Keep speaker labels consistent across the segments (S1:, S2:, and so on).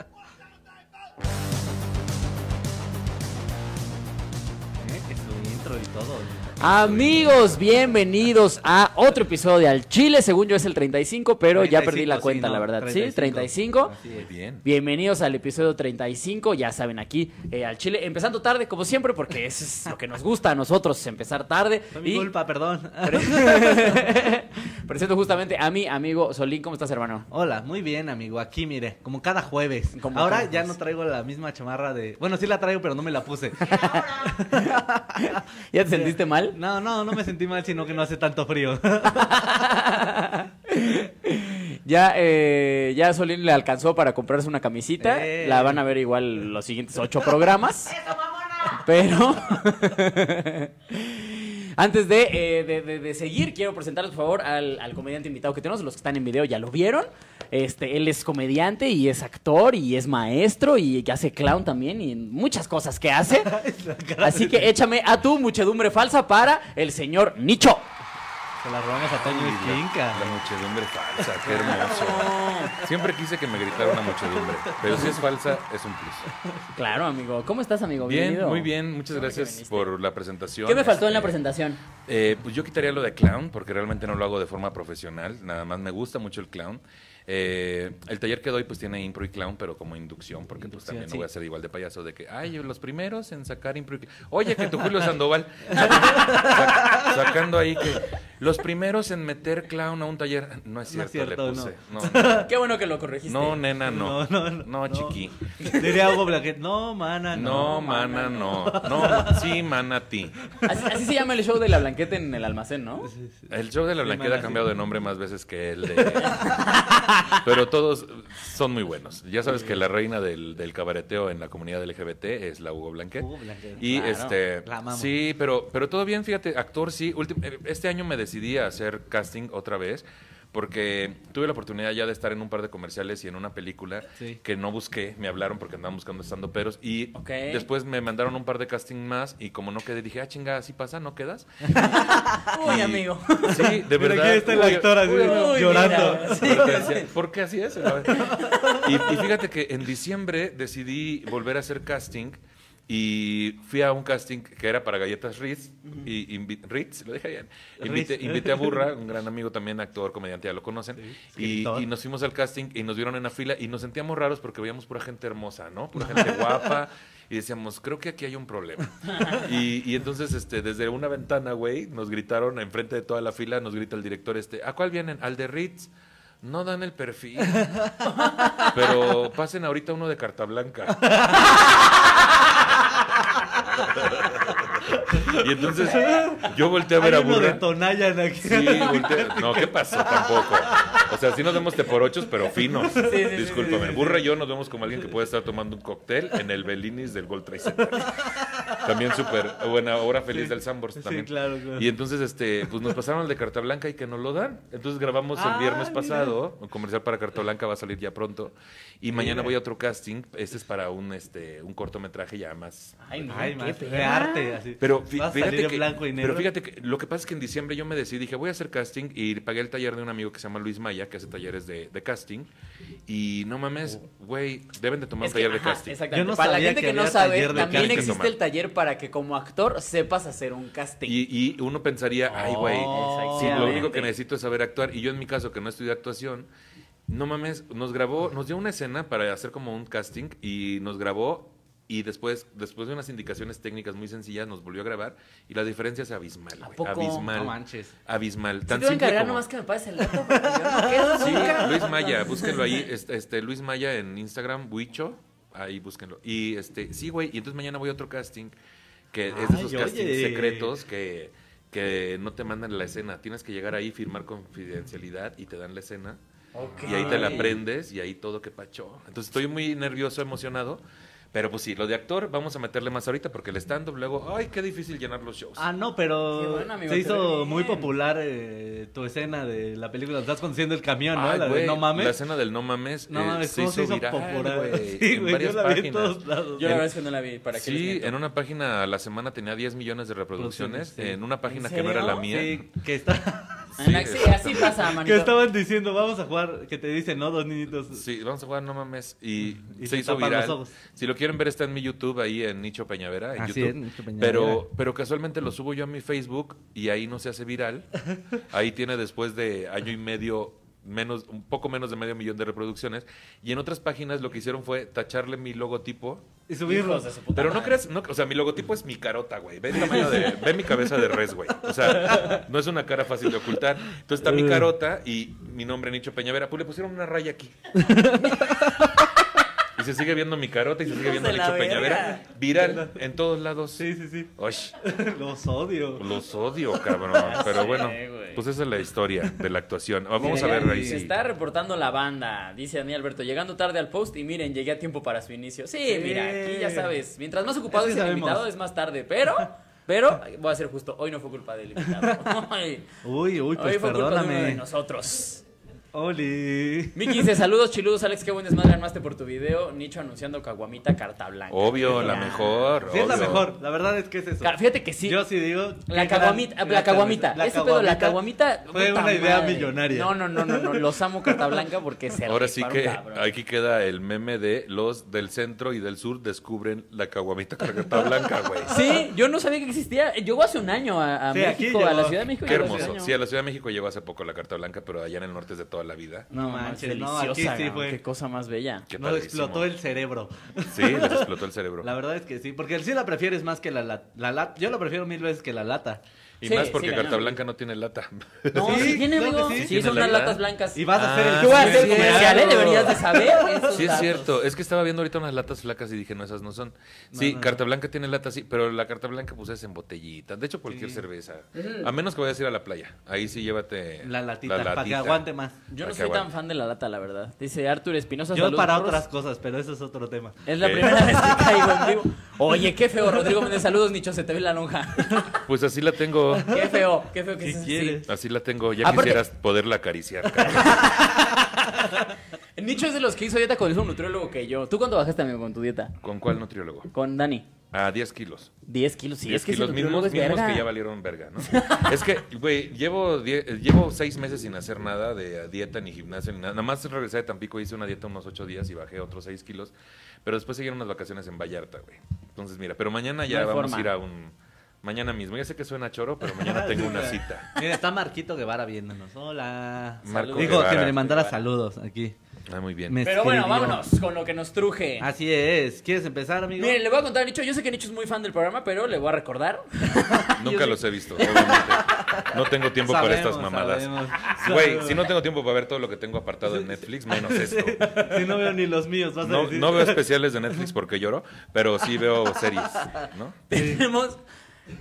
S1: ¿Eh? todo. ¿eh?
S2: Ah, Amigos, bienvenidos a otro episodio de Al Chile. Según yo es el 35, pero ya perdí la
S1: 35,
S2: cuenta,
S1: sí,
S2: la
S1: ¿no?
S2: verdad.
S1: 35.
S2: Sí, 35.
S1: Así
S3: Muy
S1: es.
S3: bien.
S2: Bienvenidos al episodio 35, ya saben, aquí eh, al Chile. Empezando tarde, como siempre, porque eso es lo que nos gusta a nosotros, empezar tarde.
S1: Fue mi
S2: Y
S1: culpa, perdón.
S2: presento justamente a mi amigo Solín. ¿Cómo estás, hermano?
S1: Hola, muy bien, amigo. Aquí, mire, como cada jueves.
S2: Como
S1: Ahora
S2: cada
S1: ya
S2: jueves.
S1: no traigo la misma chamarra de. Bueno, sí la traigo, pero no me la puse.
S2: ¿Ya te sentiste mal?
S1: No, no, no me sentí mal, sino que no hace tanto frío.
S2: Ya, eh, ya Solín le alcanzó para comprarse una camisita.
S1: Eh.
S2: La van a ver igual los siguientes ocho programas. Pero antes de, eh, de- de- de seguir, quiero presentarles, por favor, al, al comediante invitado que tenemos. Los que están en video ya lo vieron. Este, él es comediante y es actor y es maestro y hace clown también y muchas cosas que hace. Así que échame a tu muchedumbre falsa para el señor Nicho.
S1: Se la robamos a Toño Esquinca.
S3: La muchedumbre falsa, qué hermoso. Siempre quise que me gritara una muchedumbre, pero si es falsa, es un plus.
S2: Claro, amigo. ¿Cómo estás, amigo?
S3: Bien,
S2: Bienvenido.
S3: muy bien, muchas
S2: Qué bueno que
S3: gracias
S2: viniste.
S3: por la presentación.
S2: ¿Qué me faltó en la
S3: Este,
S2: presentación?
S3: Eh, pues yo quitaría lo de clown porque realmente no lo hago de forma profesional, nada más me gusta mucho el clown. Eh, el taller que doy pues tiene impro y clown, pero como inducción, porque pues
S1: Inducción,
S3: también
S1: sí.
S3: no voy a ser igual de payaso de que, ay, los primeros en sacar impro y clown. Oye, que tu Julio Sandoval sac- sacando ahí que los primeros en meter clown a un taller, no es
S1: No
S3: cierto,
S1: es cierto,
S3: le puse. No,
S2: Qué bueno que lo corregiste.
S3: no, no, nena, no.
S1: No, no, no.
S3: chiqui.
S1: Diría Hugo Blaquet, no, mana,
S3: No,
S1: no.
S3: mana, no. No, sí, mana, ti.
S2: Así, así se llama el show de la blanqueta en el almacén, ¿no?
S3: El show de la
S1: Sí,
S3: Blanqueda
S1: mana,
S3: ha cambiado
S1: sí.
S3: de nombre más veces que el de. Pero todos son muy buenos. Ya sabes que la reina del, del cabareteo en la comunidad LGBT es la Hugo Blanquet.
S1: Hugo Blanquet.
S3: ¿Eh? Y
S2: Claro,
S3: este.
S1: la amamos.
S3: sí, pero, pero todo bien, fíjate, actor sí. Ultim- eh, este año me decidí a hacer casting otra vez. Porque tuve la oportunidad ya de estar en un par de comerciales y en una película
S1: Sí.
S3: que no busqué, me hablaron porque andaban buscando estando peros y
S2: Ok.
S3: después me mandaron un par de casting más y como no quedé dije, ah chinga, así pasa, no quedas.
S2: Uy,
S3: Y-
S2: amigo.
S3: Sí,
S1: Mira,
S3: de verdad.
S1: aquí está el actor así,
S2: uy,
S1: llorando.
S2: mira. Sí.
S3: Porque así- ¿Por qué así es? Y, y fíjate que en diciembre decidí volver a hacer casting y fui a un casting que era para Galletas Ritz. Y invi- Ritz, lo dije bien. Invité,
S1: Ritz.
S3: invité a Burra, un gran amigo también, actor, comediante, ya lo conocen.
S1: Sí,
S3: y,
S1: escritor.
S3: y nos fuimos al casting y nos vieron en la fila y nos sentíamos raros porque veíamos pura gente hermosa, ¿no? Pura gente guapa. Y decíamos, creo que aquí hay un problema. Y, y entonces, este, desde una ventana, güey, nos gritaron enfrente de toda la fila, nos grita el director este, ¿a cuál vienen? Al de Ritz. No dan el perfil. Pero pasen ahorita uno de carta blanca. Y entonces yo volteé a ver a
S1: Hay uno de
S3: Burra.
S1: Tonayan aquí.
S3: Sí, volteé- No, ¿qué pasó? Tampoco. O sea, sí nos vemos te por ochos, pero finos.
S2: sí, sí,
S3: Discúlpame.
S1: sí, sí.
S3: Burra y yo nos vemos como alguien que puede estar tomando un cóctel en el Bellinis del Gold Trade Center. También súper buena hora feliz del Sambors
S1: Sí,
S3: también.
S1: claro, claro.
S3: Y entonces, este, pues nos pasaron el de Carta Blanca y que nos lo dan. Entonces grabamos
S1: Ah,
S3: el viernes
S1: mira.
S3: pasado, un comercial para Carta Blanca va a salir ya pronto. Y mañana voy a otro casting. Este es para un, este, un cortometraje ya más
S2: Ay, no,
S1: Ay,
S2: qué Ah.
S1: más de
S2: pena.
S1: arte, así.
S3: pero fí-
S1: Va a salir
S3: fíjate
S1: en
S3: que,
S1: blanco y negro.
S3: pero fíjate que lo que pasa es que en diciembre yo me decidí, dije, voy a hacer casting y pagué el taller de un amigo que se llama Luis Maya, que hace talleres de, de casting. Y no mames,
S1: Oh.
S3: güey, deben de tomar
S2: Es
S3: un
S2: que,
S3: taller de
S2: ajá,
S3: casting.
S2: exactamente.
S1: Yo no
S2: para la
S1: sabía
S2: gente que,
S1: que
S2: no
S1: había
S2: sabe,
S1: taller de
S2: también
S3: casting.
S2: existe el taller para que como actor sepas hacer un casting.
S3: Y, y uno pensaría, ay, güey,
S1: Oh,
S3: sí,
S2: Exactamente.
S3: lo único que necesito es saber actuar. Y yo en mi caso, que no estudié actuación, no mames, nos grabó, nos dio una escena para hacer como un casting y nos grabó. Y después, después de unas indicaciones técnicas muy sencillas, nos volvió a grabar. Y la diferencia es abismal,
S2: ¿A
S3: güey,
S2: poco?
S3: Abismal.
S1: No manches.
S3: Abismal.
S2: Sí te
S3: Tan
S2: voy a
S3: simple
S2: encargar
S3: como-
S2: nomás que me pases el dato porque yo no quedo
S3: Sí,
S2: nunca.
S3: Luis Maya, búsquenlo ahí, este, este, Luis Maya en Instagram, Buicho, ahí búsquenlo. Y este, sí, güey, y entonces mañana voy a otro casting, que es de esos
S1: Ay,
S3: castings
S1: oye.
S3: secretos que, que no te mandan la escena, tienes que llegar ahí, firmar confidencialidad y te dan la escena.
S2: Ok.
S3: Y ahí te la aprendes y ahí todo que pacho. Entonces estoy muy nervioso, emocionado. Pero pues sí, lo de actor vamos a meterle más ahorita porque el stand-up luego, ay, qué difícil llenar los shows.
S1: Ah, no, pero
S2: Qué bueno, amigo,
S1: se
S2: te
S1: hizo
S2: ve
S1: muy
S2: bien.
S1: popular eh, tu escena de la película. Estás conduciendo el camión, ¿no?
S3: Ay,
S1: la de
S3: güey,
S1: No
S3: La
S1: Mames.
S3: escena del no mames,
S1: No
S3: eh,
S1: mames,
S3: se
S1: ¿cómo se
S3: hizo
S1: hizo
S3: viral,
S1: popular?
S3: güey,
S1: Sí,
S3: en
S1: güey, yo
S3: varias
S1: la vi en
S3: páginas.
S1: todos lados.
S2: Yo la
S3: En-
S2: verdad es que no la vi, para que
S3: Sí, en una página a la semana tenía 10 millones de reproducciones,
S1: Producciones, sí.
S3: en una página
S2: ¿En
S3: que no era la
S2: serio?
S3: mía.
S1: Sí, que está.
S3: Sí, Sí,
S2: Ana- Ah, Sí, así
S3: exactamente.
S2: pasa,
S1: Que
S2: manito.
S1: estaban diciendo, vamos a jugar, que te dicen, ¿no? Dos niñitos.
S3: Sí, vamos a jugar No Mames. Y,
S1: Y
S3: se
S1: se
S3: hizo
S1: tapan los
S3: viral.
S1: ojos.
S3: Si lo quieren ver, está en mi YouTube, ahí en Nicho Peñavera. En
S4: Así
S3: YouTube.
S4: es, Nicho Peñavera.
S3: Pero, pero casualmente lo subo yo a mi Facebook y ahí no se hace viral. Ahí tiene después de año y medio. Menos, un poco menos de medio millón de reproducciones. Y en otras páginas lo que hicieron fue tacharle mi logotipo
S1: Y
S2: Hijos
S1: subirlos.
S2: de su puta
S3: Pero no
S2: madre.
S3: crees, no, o sea, mi logotipo es mi carota, güey. Ve, el tamaño de- ve mi cabeza de res, güey. O sea, no es una cara fácil de ocultar. Entonces está mi carota y mi nombre, Nicho Peñavera. Pues le pusieron una raya aquí. Y se sigue viendo mi carota y se sigue
S2: Hijos
S3: viendo
S2: de la
S3: Nicho
S2: verga.
S3: Peñavera. Viral en todos lados.
S1: Sí, sí, sí.
S3: Osh,
S1: Los odio.
S3: los odio, cabrón. Pero
S2: sé,
S3: bueno,
S2: güey.
S3: pues esa es la historia de la actuación. Vamos a
S2: Mira,
S3: ver
S2: ya
S3: ahí.
S2: Se
S3: si-
S2: está reportando la banda, dice Daniel Alberto, llegando tarde al post y miren, llegué a tiempo para su inicio. Sí,
S1: Sí.
S2: mira, aquí ya sabes, mientras más ocupado
S1: Eso
S2: es
S1: sí
S2: el
S1: sabemos.
S2: invitado es más tarde, pero, pero, voy a ser justo, hoy no fue culpa del invitado. Hoy,
S1: Uy, uy,
S2: hoy
S1: pues
S2: fue culpa de uno de
S1: perdóname.
S2: nosotros.
S1: Oli.
S2: Miki dice, saludos chiludos, Alex, qué buen desmadre armaste por tu video, Nicho anunciando Caguamita Carta Blanca.
S3: Obvio, la
S2: Mira.
S3: mejor.
S1: Sí, es la
S3: obvio.
S1: mejor. La verdad es que es eso.
S2: Ca- Fíjate que sí.
S1: Yo sí digo.
S2: La
S1: qué
S2: caguamita,
S1: gran-
S2: la
S1: gran
S2: caguamita,
S1: cerveza.
S2: ese pedo, la caguamita.
S1: Fue
S2: puta
S1: una idea
S2: madre.
S1: millonaria.
S2: No, no, no, no, no, los amo Carta Blanca porque se
S3: Ahora sí
S2: rifaron,
S3: que
S2: cabrón.
S3: aquí queda el meme de los del centro y del sur descubren la caguamita cargata blanca, güey.
S2: Sí, yo no sabía que existía. Llegó hace un año a, a
S1: Sí, aquí
S2: México, a la
S1: llegó.
S2: Ciudad de México.
S3: Qué
S2: llegó hace un
S3: hermoso.
S2: año.
S3: Sí, a la Ciudad de México llegó hace poco la carta blanca, pero allá en el norte es de toda la vida.
S1: No
S2: mames,
S1: manches, no,
S2: deliciosa,
S1: aquí sí
S2: cabrón,
S1: fue.
S2: Qué cosa más bella.
S3: Qué
S1: Nos
S3: padrísimo.
S1: explotó el cerebro.
S3: Sí, les explotó el cerebro.
S1: La verdad es que sí, porque el sí la prefieres más que la lata. La, la- yo la prefiero mil veces que la lata.
S3: Y
S2: Sí,
S3: más
S2: sí,
S3: porque
S2: cañón.
S3: Carta Blanca no tiene lata.
S2: No, sí,
S1: Sí,
S2: tiene,
S1: claro que
S2: amigo.
S1: sí.
S2: Sí,
S3: Tiene
S2: son
S3: la
S2: unas
S3: verdad.
S2: latas blancas.
S1: Y vas a hacer
S3: Ah,
S1: el
S2: Yo voy a hacer
S3: Sí, es
S2: comercial, ¿eh?
S1: cierto.
S2: Deberías de saber. esos
S3: Sí, es
S2: datos.
S3: cierto. Es que estaba viendo ahorita unas latas flacas y dije, no, esas no son. Sí,
S1: No, no,
S3: Carta Blanca tiene lata, sí, pero la Carta Blanca pues es en botellita. De hecho, cualquier
S1: Sí.
S3: cerveza. A menos que vayas a ir a la playa. Ahí sí llévate
S1: La latita, para que aguante más.
S2: Yo no
S3: Ay, qué
S2: soy tan
S3: bueno.
S2: fan de la lata, la verdad. Dice Arthur Espinosa.
S1: Yo
S2: saludos,
S1: para
S2: morros.
S1: otras cosas, pero eso es otro tema.
S2: Es la
S3: Ok.
S2: primera vez que caigo en vivo. Oye, qué feo, Rodrigo Méndez. Saludos, Nicho. Se te ve la lonja.
S3: Pues así la tengo.
S2: Qué feo, qué feo que
S1: ¿Qué
S2: seas así.
S1: quieres?
S3: Así la tengo. Ya
S2: Aparte-
S3: quisieras poderla acariciar. cabrón.
S2: Nicho es de los que hizo dieta con el mismo nutriólogo que yo. ¿Tú cuánto bajaste, amigo, con tu dieta?
S3: ¿Con cuál nutriólogo?
S2: Con Dani.
S3: Ah, 10 kilos.
S2: 10 kilos, sí.
S3: 10
S2: es que ese
S3: kilos
S2: nutriólogo
S3: mismos,
S2: es
S3: mismos
S2: verga.
S3: que ya valieron verga, ¿no? es que, güey, llevo, die- eh, llevo seis meses sin hacer nada de dieta ni gimnasio ni nada. Nada más regresé de Tampico, hice una dieta unos ocho días y bajé otros seis kilos. Pero después siguieron unas vacaciones en Vallarta, güey. Entonces, mira, pero mañana ya
S2: No hay
S3: vamos
S2: forma.
S3: a ir a un... Mañana mismo. Ya sé que suena choro, pero mañana tengo una cita.
S1: Mira, está Marquito Guevara viéndonos. Hola.
S3: Marco
S1: Dijo que
S3: Guevara.
S1: me mandara saludos aquí.
S3: Ah, muy bien.
S1: Me
S2: Pero bueno,
S1: escribió.
S2: vámonos con lo que nos truje.
S1: Así es. ¿Quieres empezar, amigo?
S2: Miren, le voy a contar a Nicho. Yo sé que Nicho es muy fan del programa, pero le voy a recordar.
S3: Nunca los he visto, obviamente. No tengo tiempo para
S1: Sabemos,
S3: estas mamadas.
S1: sabemos.
S3: Ah, Güey,
S1: Sabemos.
S3: si no tengo tiempo para ver todo lo que tengo apartado en Netflix, menos esto.
S1: Si no veo ni los míos, vas a
S3: No,
S1: decir.
S3: no veo especiales de Netflix porque lloro, pero sí veo series, ¿no?
S2: tenemos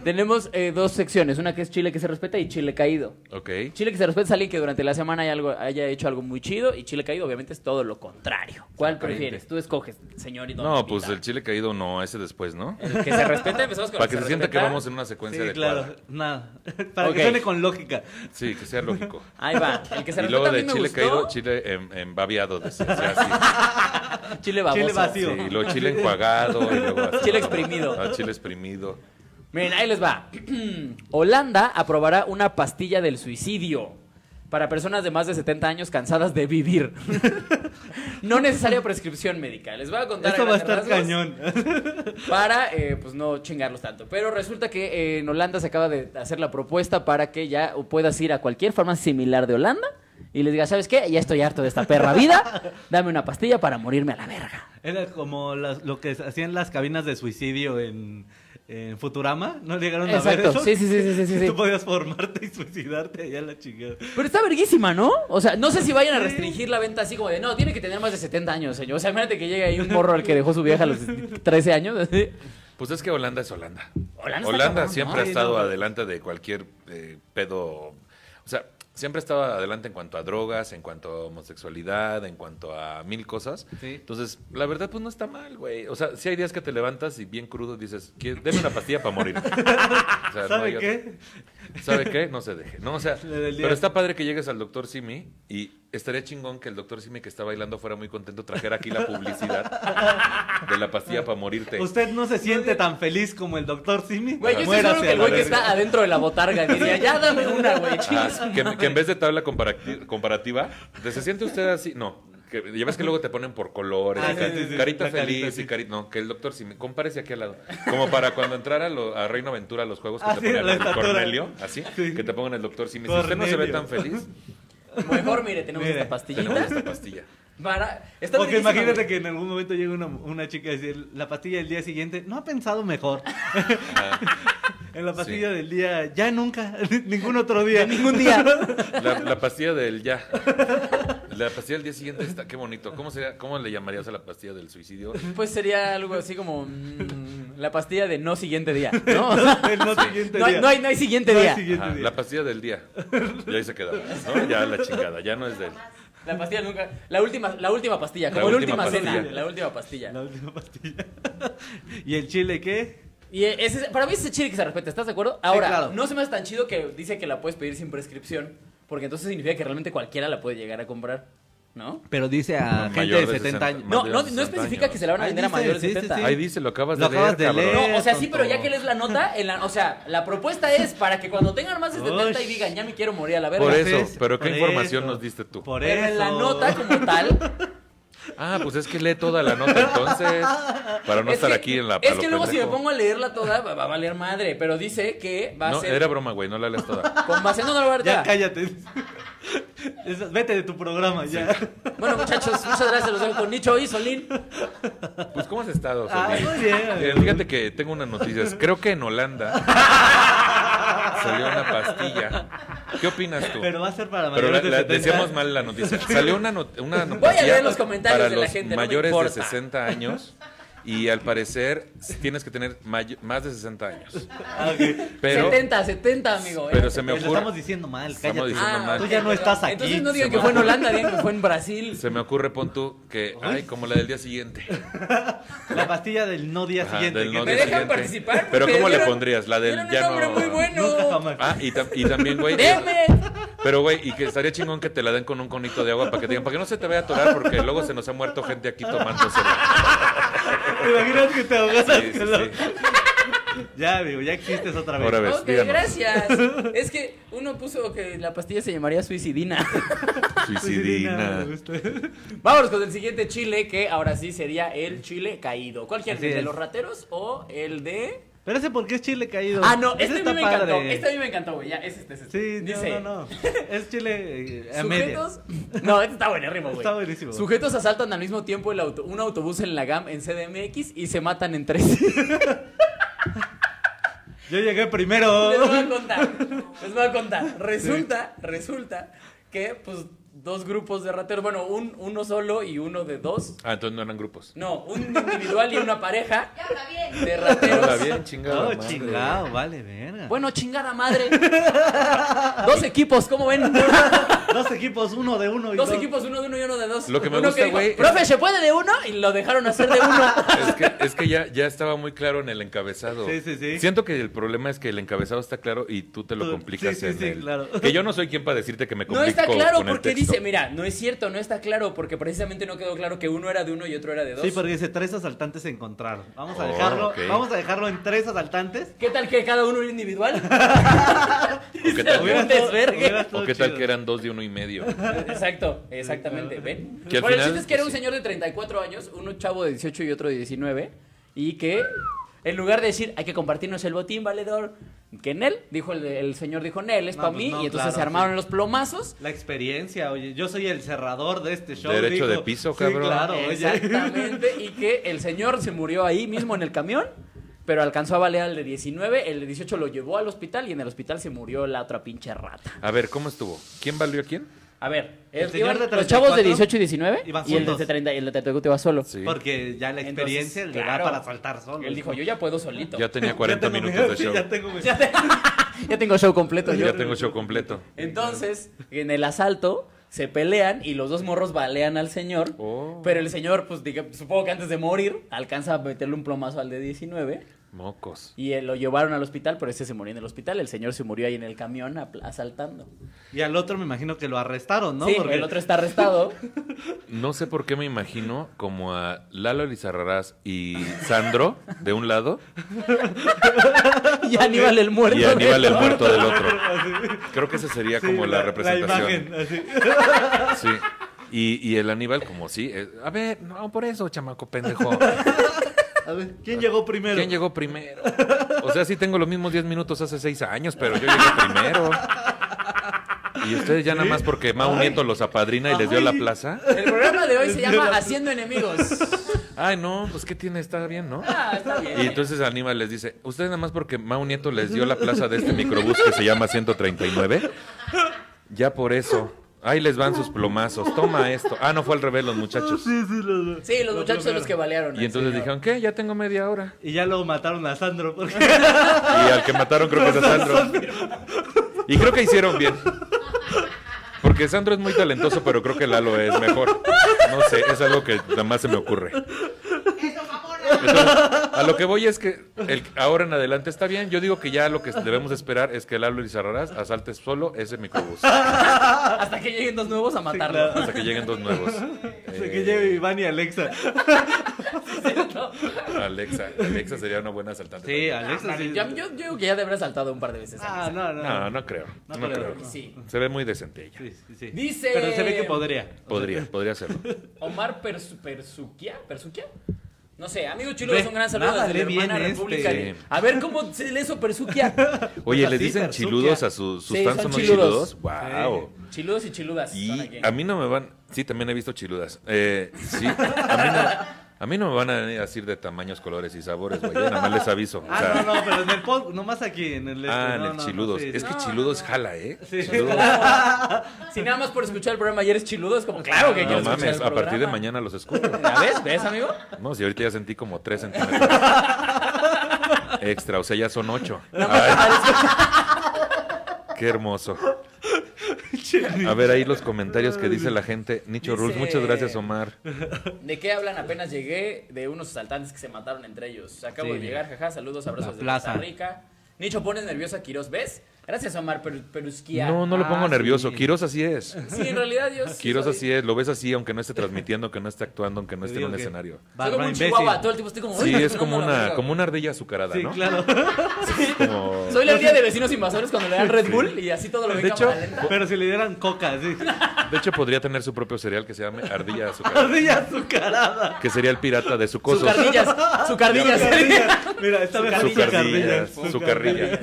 S2: tenemos eh, dos secciones. Una que es Chile que se respeta y Chile caído.
S3: Ok.
S2: Chile que se respeta es alguien que durante la semana haya, algo, haya hecho algo muy chido y Chile caído obviamente es todo lo contrario. ¿Cuál prefieres? Tú escoges, señor y don
S3: No, pues el
S2: invitado.
S3: chile caído no, ese después, ¿no?
S2: El que se respeta, empezamos con
S3: Para
S2: el
S3: que se sienta que
S2: respeta.
S3: vamos en una secuencia
S1: Sí,
S3: adecuada.
S1: claro. Nada. Para
S2: Ok.
S1: que suene con lógica.
S3: Sí, que sea lógico.
S2: Ahí va. El que se
S3: Y
S2: respeta
S3: luego
S2: a mí
S3: de
S2: me
S3: chile
S2: gustó.
S3: caído, chile em- embabeado. de- o sea, así.
S2: Chile baboso.
S1: Chile
S3: Sí,
S1: vacío.
S3: y luego chile enjuagado. y luego así.
S2: Chile exprimido.
S3: Ah, chile exprimido.
S2: Miren, ahí les va. Holanda aprobará una pastilla del suicidio para personas de más de 70 años cansadas de vivir. no necesaria prescripción médica. Les voy a contar.
S1: Esto va a estar
S2: grandes rasgos
S1: cañón.
S2: Para, eh, pues, no chingarlos tanto. Pero resulta que eh, en Holanda se acaba de hacer la propuesta para que ya puedas ir a cualquier farmacia similar de Holanda y les diga, ¿sabes qué? Ya estoy harto de esta perra vida. Dame una pastilla para morirme a la verga.
S1: Era como las- lo que hacían las cabinas de suicidio en, en Futurama. ¿No llegaron a ver
S2: Exacto.
S1: eso?
S2: Sí, sí, sí, sí, sí, sí, sí.
S1: Tú podías formarte y suicidarte allá en la chingada.
S2: Pero está verguísima, ¿no? O sea, no sé si vayan a restringir la venta así como de, no, tiene que tener más de 70 años, señor. O sea, imagínate que llegue ahí un morro al que dejó su vieja a los 13 años. así.
S3: Pues es que Holanda es Holanda.
S2: Holanda
S3: Holanda,
S2: está cabrón,
S3: siempre
S2: ¿no?
S3: ha
S1: Sí,
S3: estado
S1: no, no.
S3: adelante de cualquier eh, pedo. O sea, siempre ha estado adelante en cuanto a drogas, en cuanto a homosexualidad, en cuanto a mil cosas.
S1: Sí.
S3: Entonces, la verdad, pues no está mal, güey. O sea, si hay días que te levantas y bien crudo dices, "Qui- deme una pastilla para morir. O sea, no
S1: ¿Sabe
S3: hay otra.
S1: qué?
S3: ¿Sabe qué? No se deje. No, o sea,
S1: Le del día.
S3: pero está padre que llegues al doctor Simi y Estaría chingón que el doctor Simi que está bailando fuera muy contento trajera aquí la publicidad de la pastilla para morirte.
S1: Usted no se siente tan feliz como el doctor Simi.
S2: Güey, yo estoy
S1: Muérase
S2: seguro que
S1: a
S2: el
S1: la
S2: güey que
S1: verga.
S2: está adentro de la botarga diría, ya dame una, güey,
S3: Ah,
S2: chingas.
S3: que, que en vez de tabla comparati- comparativa, de, ¿se siente usted así? No. que- ya ves que luego te ponen por colores,
S1: Ah,
S3: y ca-
S1: sí, sí, sí,
S3: carita
S1: la carita,
S3: feliz
S1: sí.
S3: y carita. No, que el doctor Simi, compárese aquí al lado. Como para cuando entrara a lo- a Reino Aventura a los juegos que
S1: Ah,
S3: te
S1: sí,
S3: ponían
S1: la
S3: el
S1: estatura.
S3: Cornelio, así,
S1: Sí.
S3: que te pongan el doctor Simi. Si usted no se ve
S1: Cornelio.
S3: tan feliz,
S2: Mejor, mire, tenemos
S1: Mire.
S2: esta
S3: tenemos
S2: pastillita
S3: esta pastilla.
S2: para... Está
S1: Porque
S2: verguísima,
S1: imagínate
S2: güey.
S1: que en algún momento llega una, una chica y decir, la pastilla del día siguiente, no ha pensado mejor. en la pastilla del día, ya nunca, ningún otro día.
S2: Ningún día.
S3: La, la pastilla del ya. La pastilla del día siguiente está, qué bonito. ¿Cómo, sería, ¿Cómo le llamarías a la pastilla del suicidio?
S2: Pues sería algo así como mm, la pastilla de no siguiente día, ¿no?
S1: El no siguiente
S2: No hay,
S1: día.
S2: no hay, no hay siguiente
S1: No hay
S2: día.
S1: siguiente
S3: Ajá,
S1: día.
S3: la pastilla del día. Y ahí se quedaba, ¿no? Ya la chingada, ya no es de él.
S2: La pastilla nunca. La última, la última pastilla,
S3: La
S2: como la última,
S3: última
S2: cena.
S3: pastilla.
S2: La última pastilla.
S1: La última pastilla. ¿Y el chile qué?
S2: Y eh, ese, para mí ese chile que se respeta, ¿estás de acuerdo? Ahora,
S1: claro.
S2: no se me hace tan chido que dice que la puedes pedir sin prescripción, porque entonces significa que realmente cualquiera la puede llegar a comprar, ¿no?
S1: Pero dice
S3: No,
S1: a gente
S3: mayor
S1: de
S3: de
S1: 70
S3: 60.
S1: años.
S2: No,
S3: Más de
S2: no, no
S3: 60
S2: especifica
S3: años.
S2: que se la van a
S1: Ahí
S2: vender a
S1: dice,
S2: mayores de
S1: sí, sí,
S2: 70.
S1: sí.
S3: Ahí dice, lo acabas de
S1: Lo
S3: leer,
S1: acabas de
S3: cabrón.
S1: leer.
S2: No, o sea, sí,
S1: tonto.
S2: pero ya que lees la nota, en la, o sea, la propuesta es para que cuando tengan más de 70 y
S1: Ush.
S2: digan, ya me quiero morir a la verga.
S3: Por
S1: Entonces,
S3: eso, pero ¿qué
S1: por
S3: información
S1: eso.
S3: nos diste tú?
S1: Por
S2: pero
S1: eso.
S2: en la nota como tal,
S3: Ah, pues es que lee toda la nota entonces, para no
S2: Es
S3: estar
S2: que-
S3: aquí en la...
S2: Es
S3: a
S2: que
S3: lo
S2: luego si me
S3: pendejo.
S2: pongo a leerla toda, va va a valer madre. Pero dice que va a
S3: No,
S2: ser.
S3: era broma, güey, no la lees toda.
S2: Con base no, no, la
S1: Ya
S2: verdad.
S1: cállate. Esa- Vete de tu programa ya.
S2: Bueno, muchachos, muchas gracias. Los dejo con Nicho y Solín.
S3: Pues, ¿cómo has estado,
S1: Ay,
S3: Solín?
S1: Ah, muy bien.
S3: Eh, Fíjate que tengo unas noticias. Creo que en Holanda salió una pastilla. ¿Qué opinas tú?
S1: Pero va a ser para
S3: Pero la,
S1: mayores de
S3: la-
S1: 70.
S3: decíamos mal la noticia. Salió una, not- una noticia
S2: Voy a leer los comentarios
S3: para
S2: de la
S3: los
S2: gente, no me
S3: mayores de
S2: importa.
S3: 60 años y al parecer tienes que tener may- más de 60 años.
S1: Ah, ok.
S3: Pero
S2: 70, 70, amigo.
S3: pero
S2: eh.
S3: se me
S1: Lo estamos
S3: ocurre
S1: diciendo mal,
S3: Estamos
S1: cállate.
S3: diciendo
S2: Ah,
S3: mal.
S1: Tú
S2: ok,
S1: ya no
S2: perdón.
S1: estás aquí.
S2: Entonces no digan
S3: Se
S2: que
S3: me-
S2: fue en Holanda, digan que fue en Brasil.
S3: se me ocurre pon tú que ay como la del día siguiente.
S1: La pastilla del no día
S3: Ajá,
S1: siguiente.
S3: del
S1: que
S3: no
S1: te-
S2: ¿Me
S3: día
S2: dejan
S3: siguiente.
S2: participar?
S3: Pero
S2: Me
S3: ¿cómo le
S2: dieron-
S3: pondrías? La del
S2: Dieron un
S3: ya
S2: nombre
S3: no.
S2: muy bueno.
S1: Nunca jamás.
S3: Ah, y, tam- y también güey.
S2: Deme.
S3: Pero, güey, y que estaría chingón que te la den con un conito de agua para que te digan, para que no se te vaya a atorar, porque luego se nos ha muerto gente aquí tomándosela.
S1: ¿Te imaginas que te ahogas?
S3: Sí, sí, sí.
S1: Ya, amigo, ya existes otra vez.
S3: Ahora ves,
S2: ok,
S3: díganos.
S2: gracias. Es que uno puso que la pastilla se llamaría suicidina.
S1: Suicidina,
S3: Suicidina.
S1: Pues me gusta. Así
S2: Vámonos con el siguiente chile, que ahora sí sería el chile caído. ¿Cuál quieres?
S1: Así
S2: ¿El de
S1: es.
S2: los rateros o el de.?
S1: Pero ese porque es chile caído.
S2: Ah, no,
S1: Ese
S2: este a
S1: está
S2: mí me encantó.
S1: padre.
S2: Este a mí me encantó, güey. Ya, ese, este, este.
S1: Sí, no, no,
S2: Dice,
S1: no. Es chile eh, a medias.
S2: Sujetos. No, este está buenísimo, güey.
S1: Está buenísimo.
S2: Sujetos asaltan al mismo tiempo el auto- un autobús en la GAM en CDMX y se matan entre sí.
S1: Yo llegué primero.
S2: Les voy a contar. Les voy a contar. Resulta, resulta que, pues, dos grupos de rateros. Bueno, un, uno solo y uno de dos.
S3: Ah, entonces no eran grupos.
S2: No, un individual y una pareja
S4: Ya habla bien.
S2: de
S3: Habla
S2: rateros.
S3: bien, chingada
S1: No,
S3: madre.
S1: Oh, chingado, vale, verga.
S2: Bueno, chingada madre. Dos equipos, ¿cómo ven?
S1: dos equipos, uno de uno y
S2: Dos equipos, uno de uno y uno de dos.
S3: Lo que me
S2: Uno
S3: gusta,
S2: dijo,
S3: güey, es-
S2: Profe, ¿se puede de uno? Y lo dejaron hacer de uno.
S3: Es que, es que ya, ya estaba muy claro en el encabezado.
S1: Sí, sí, sí.
S3: Siento que el problema es que el encabezado está claro y tú te lo
S1: Tú-
S3: complicas
S1: sí, sí,
S3: en
S1: sí,
S3: el-
S1: claro.
S3: Que yo no soy quien para decirte que me
S2: No
S3: complico
S2: está claro
S3: con el
S2: porque
S3: texto.
S2: dice, mira, no es cierto, no está claro porque precisamente no quedó claro que uno era de uno y otro era de dos.
S1: Sí, pues. porque dice tres asaltantes se encontraron. Vamos a
S3: Oh,
S1: dejarlo,
S3: ok.
S1: vamos a dejarlo en tres asaltantes.
S2: ¿Qué tal que cada uno era individual?
S3: ¿O qué tal,
S2: Hubiera-
S3: que,
S2: desvergue.
S1: hubiera estado
S3: o qué tal
S1: chido.
S3: que eran dos de uno y medio?
S2: Exacto, exactamente, ¿ven?
S3: Que al
S2: Bueno, el
S3: final,
S2: chiste es que era un
S3: pues, sí.
S2: señor de 34 años, uno chavo de 18 y otro de 19, y que en lugar de decir, hay que compartirnos el botín, valedor, que en él, dijo el, el señor, dijo, en él, es
S1: No,
S2: para
S1: pues
S2: mí,
S1: no,
S2: y entonces
S1: claro,
S2: se armaron
S1: sí.
S2: los plomazos.
S1: La experiencia, oye, yo soy el cerrador de este show. dijo.
S3: Derecho de piso, cabrón.
S1: Sí, claro, oye.
S2: Exactamente, y que el señor se murió ahí mismo en el camión, pero alcanzó a balear al de 19, el de 18 lo llevó al hospital y en el hospital se murió la otra pinche rata.
S3: A ver, ¿cómo estuvo? ¿Quién valió a quién?
S2: A ver,
S1: El
S2: es-
S1: señor
S2: iban-
S1: de
S2: los chavos de
S1: 34
S2: 18 y 19
S1: iban
S2: y el de
S1: juntos.
S2: 30 y el de 34 iba solo.
S3: Sí.
S1: Porque ya la experiencia le
S2: Entonces, claro.
S1: da para saltar solo.
S2: Él dijo, yo ya puedo solito.
S3: Ya
S2: Ya,
S3: tenía 40
S1: Ya tengo
S3: minutos
S1: mi-
S3: de show.
S1: Ya tengo mi-
S2: tengo show completo yo.
S3: Ya tengo show completo.
S2: Entonces, en el asalto se pelean y los dos morros balean al señor.
S3: Oh.
S2: Pero el señor, pues diga- supongo que antes de morir, alcanza a meterle un plomazo al de 19.
S3: Mocos.
S2: Y eh, lo llevaron al hospital, pero ese se murió en el hospital. El señor se murió ahí en el camión apl- asaltando.
S1: Y al otro me imagino que lo arrestaron, ¿no?
S2: sí, el otro está arrestado.
S3: No sé por qué me imagino como a Lalo Elizarrarás y Sandro de un lado
S2: y Aníbal el muerto.
S3: y Aníbal el
S2: ¿no?
S3: muerto del otro. Creo que esa sería
S1: Sí,
S3: como la, representación.
S1: imagen, así.
S3: Sí. Y, y el Aníbal como sí. eh, a ver, no, por eso, chamaco pendejo.
S1: A ver, ¿quién llegó primero?
S3: ¿Quién llegó primero? O sea, sí tengo los mismos 10 minutos hace 6 años, pero yo llegué primero. Y ustedes ya nada más porque Mau Nieto los apadrina y les dio la plaza.
S2: El programa de hoy se llama Haciendo Enemigos.
S3: Ay, no, pues ¿qué tiene? Está bien, ¿no?
S2: Ah, está bien.
S3: Y entonces Aníbal les dice, ustedes nada más porque Mau Nieto les dio la plaza de este microbús que se llama 139, ya por eso. Ahí les van sus plomazos, toma esto. Ah, no fue al revés los muchachos.
S1: Sí, sí, lo- lo-
S2: Sí, los
S1: lo
S2: muchachos son
S1: primero.
S2: los que balearon.
S3: Y
S2: al
S3: entonces
S2: señor.
S3: dijeron, ¿qué? Ya tengo media hora.
S1: Y ya lo mataron a Sandro. Porque...
S3: Eh. Y al que mataron creo que es a Sandro. Y creo que hicieron bien. Porque Sandro es muy talentoso, pero creo que Lalo es mejor. No sé, es algo que nada más se me ocurre. Entonces, a lo que voy es que el- ahora en adelante está bien. Yo digo que ya lo que debemos esperar es que Lalo Lizarrarás asalte solo ese microbús.
S2: Hasta que lleguen dos nuevos a matarlo.
S1: claro.
S3: Hasta que lleguen dos nuevos.
S1: Hasta que
S3: Eh,
S1: lleve Iván y Alexa.
S3: Alexa. Alexa sería una buena asaltante.
S1: Sí, Alexa sí.
S2: Ah, Yo, yo- yo digo que ya debería saltado un par de veces.
S1: Ah, no, no.
S3: No, no creo.
S1: No
S3: No
S1: creo,
S3: creo.
S1: no.
S2: Sí.
S3: Se ve muy decente ella.
S1: Sí, sí, sí.
S2: Dice-
S1: Pero se ve que podría.
S3: Podría, podría hacerlo.
S2: Omar Persu- Persuquia, Persuquia. No sé, amigo chulo,
S1: Ve,
S2: es un gran saludo
S1: nada
S2: desde la
S1: le
S2: hermana
S1: viene
S2: República.
S1: este.
S2: de- A ver cómo se le hizo Persuquia.
S3: Oye,
S1: Pues
S3: ¿les
S1: así,
S3: dicen
S1: Persuquia.
S3: chiludos a sus, sus
S2: Sí,
S3: fans?
S2: son
S3: ¿Son, muy
S2: chiludos.
S3: chiludos? ¡Wow!
S2: Chiludos y chiludas. son aquí.
S3: Y a mí no me van... Sí, también he visto chiludas. Eh, sí, a mí, no, a mí no me van a venir a decir de tamaños, colores y sabores, güey. Yo nada más les aviso. O sea,
S1: Ah, no, no, pero en el pod, nomás aquí, en el... este,
S3: ah, en
S1: no,
S3: el
S1: no, no,
S3: chiludos.
S1: sí,
S3: es
S1: sí.
S3: que
S2: No,
S3: chiludos jala, ¿eh?
S1: Sí.
S3: Chiludos.
S2: Si nada más por escuchar el programa ayer es chiludo, es como, claro que
S3: No
S2: quiero escuchar
S3: mames,
S2: el
S3: a partir de
S2: programa.
S3: mañana los escucho.
S2: ¿Ya ves? ¿Ves, amigo?
S3: No, si ahorita ya sentí como tres centímetros. Extra, o sea, ya son ocho. Ay. Qué hermoso. A ver ahí los comentarios que dice la gente. Nicho
S2: Dice-
S3: Rules, muchas gracias Omar.
S2: ¿De qué hablan? Apenas llegué de unos asaltantes que se mataron entre ellos. Acabo
S1: Sí.
S2: de llegar, jaja. Saludos, abrazos
S1: La
S2: de Costa
S1: plaza.
S2: Rica. Nicho, pones nervioso a Quirós, ¿ves? Gracias, Omar Per- Perusquía.
S3: No, no lo
S1: Ah,
S3: pongo
S1: sí.
S3: nervioso. Quirós así es.
S2: Sí, en realidad yo sí
S3: Quirós
S2: soy-
S3: así es. Lo ves así, aunque no esté transmitiendo, aunque no esté actuando, aunque no
S1: Te
S3: esté en
S1: digo
S3: un
S1: que-
S3: escenario.
S2: Soy como
S1: Bárbara
S2: un
S1: imbécil.
S2: chihuahua, todo el tiempo estoy como...
S3: Sí,
S2: "Uy,
S3: es
S2: no,
S3: como
S2: no, no,
S3: una,
S2: no".
S3: como una ardilla azucarada,
S1: Sí,
S3: ¿no?
S1: claro.
S3: Es como-
S2: Soy la guía de vecinos invasores cuando le dan Red Bull y así todo lo ven
S3: De hecho,
S2: cámara lenta.
S1: Pero si le dieran coca, sí.
S3: De hecho, podría tener su propio cereal que se llame ardilla azucarada,
S1: Ardilla azucarada.
S3: que sería el pirata de su
S2: Su cardillas, su cardillas.
S1: Mira, esta vez
S3: Su cardillas, su
S1: Su
S3: cardillas.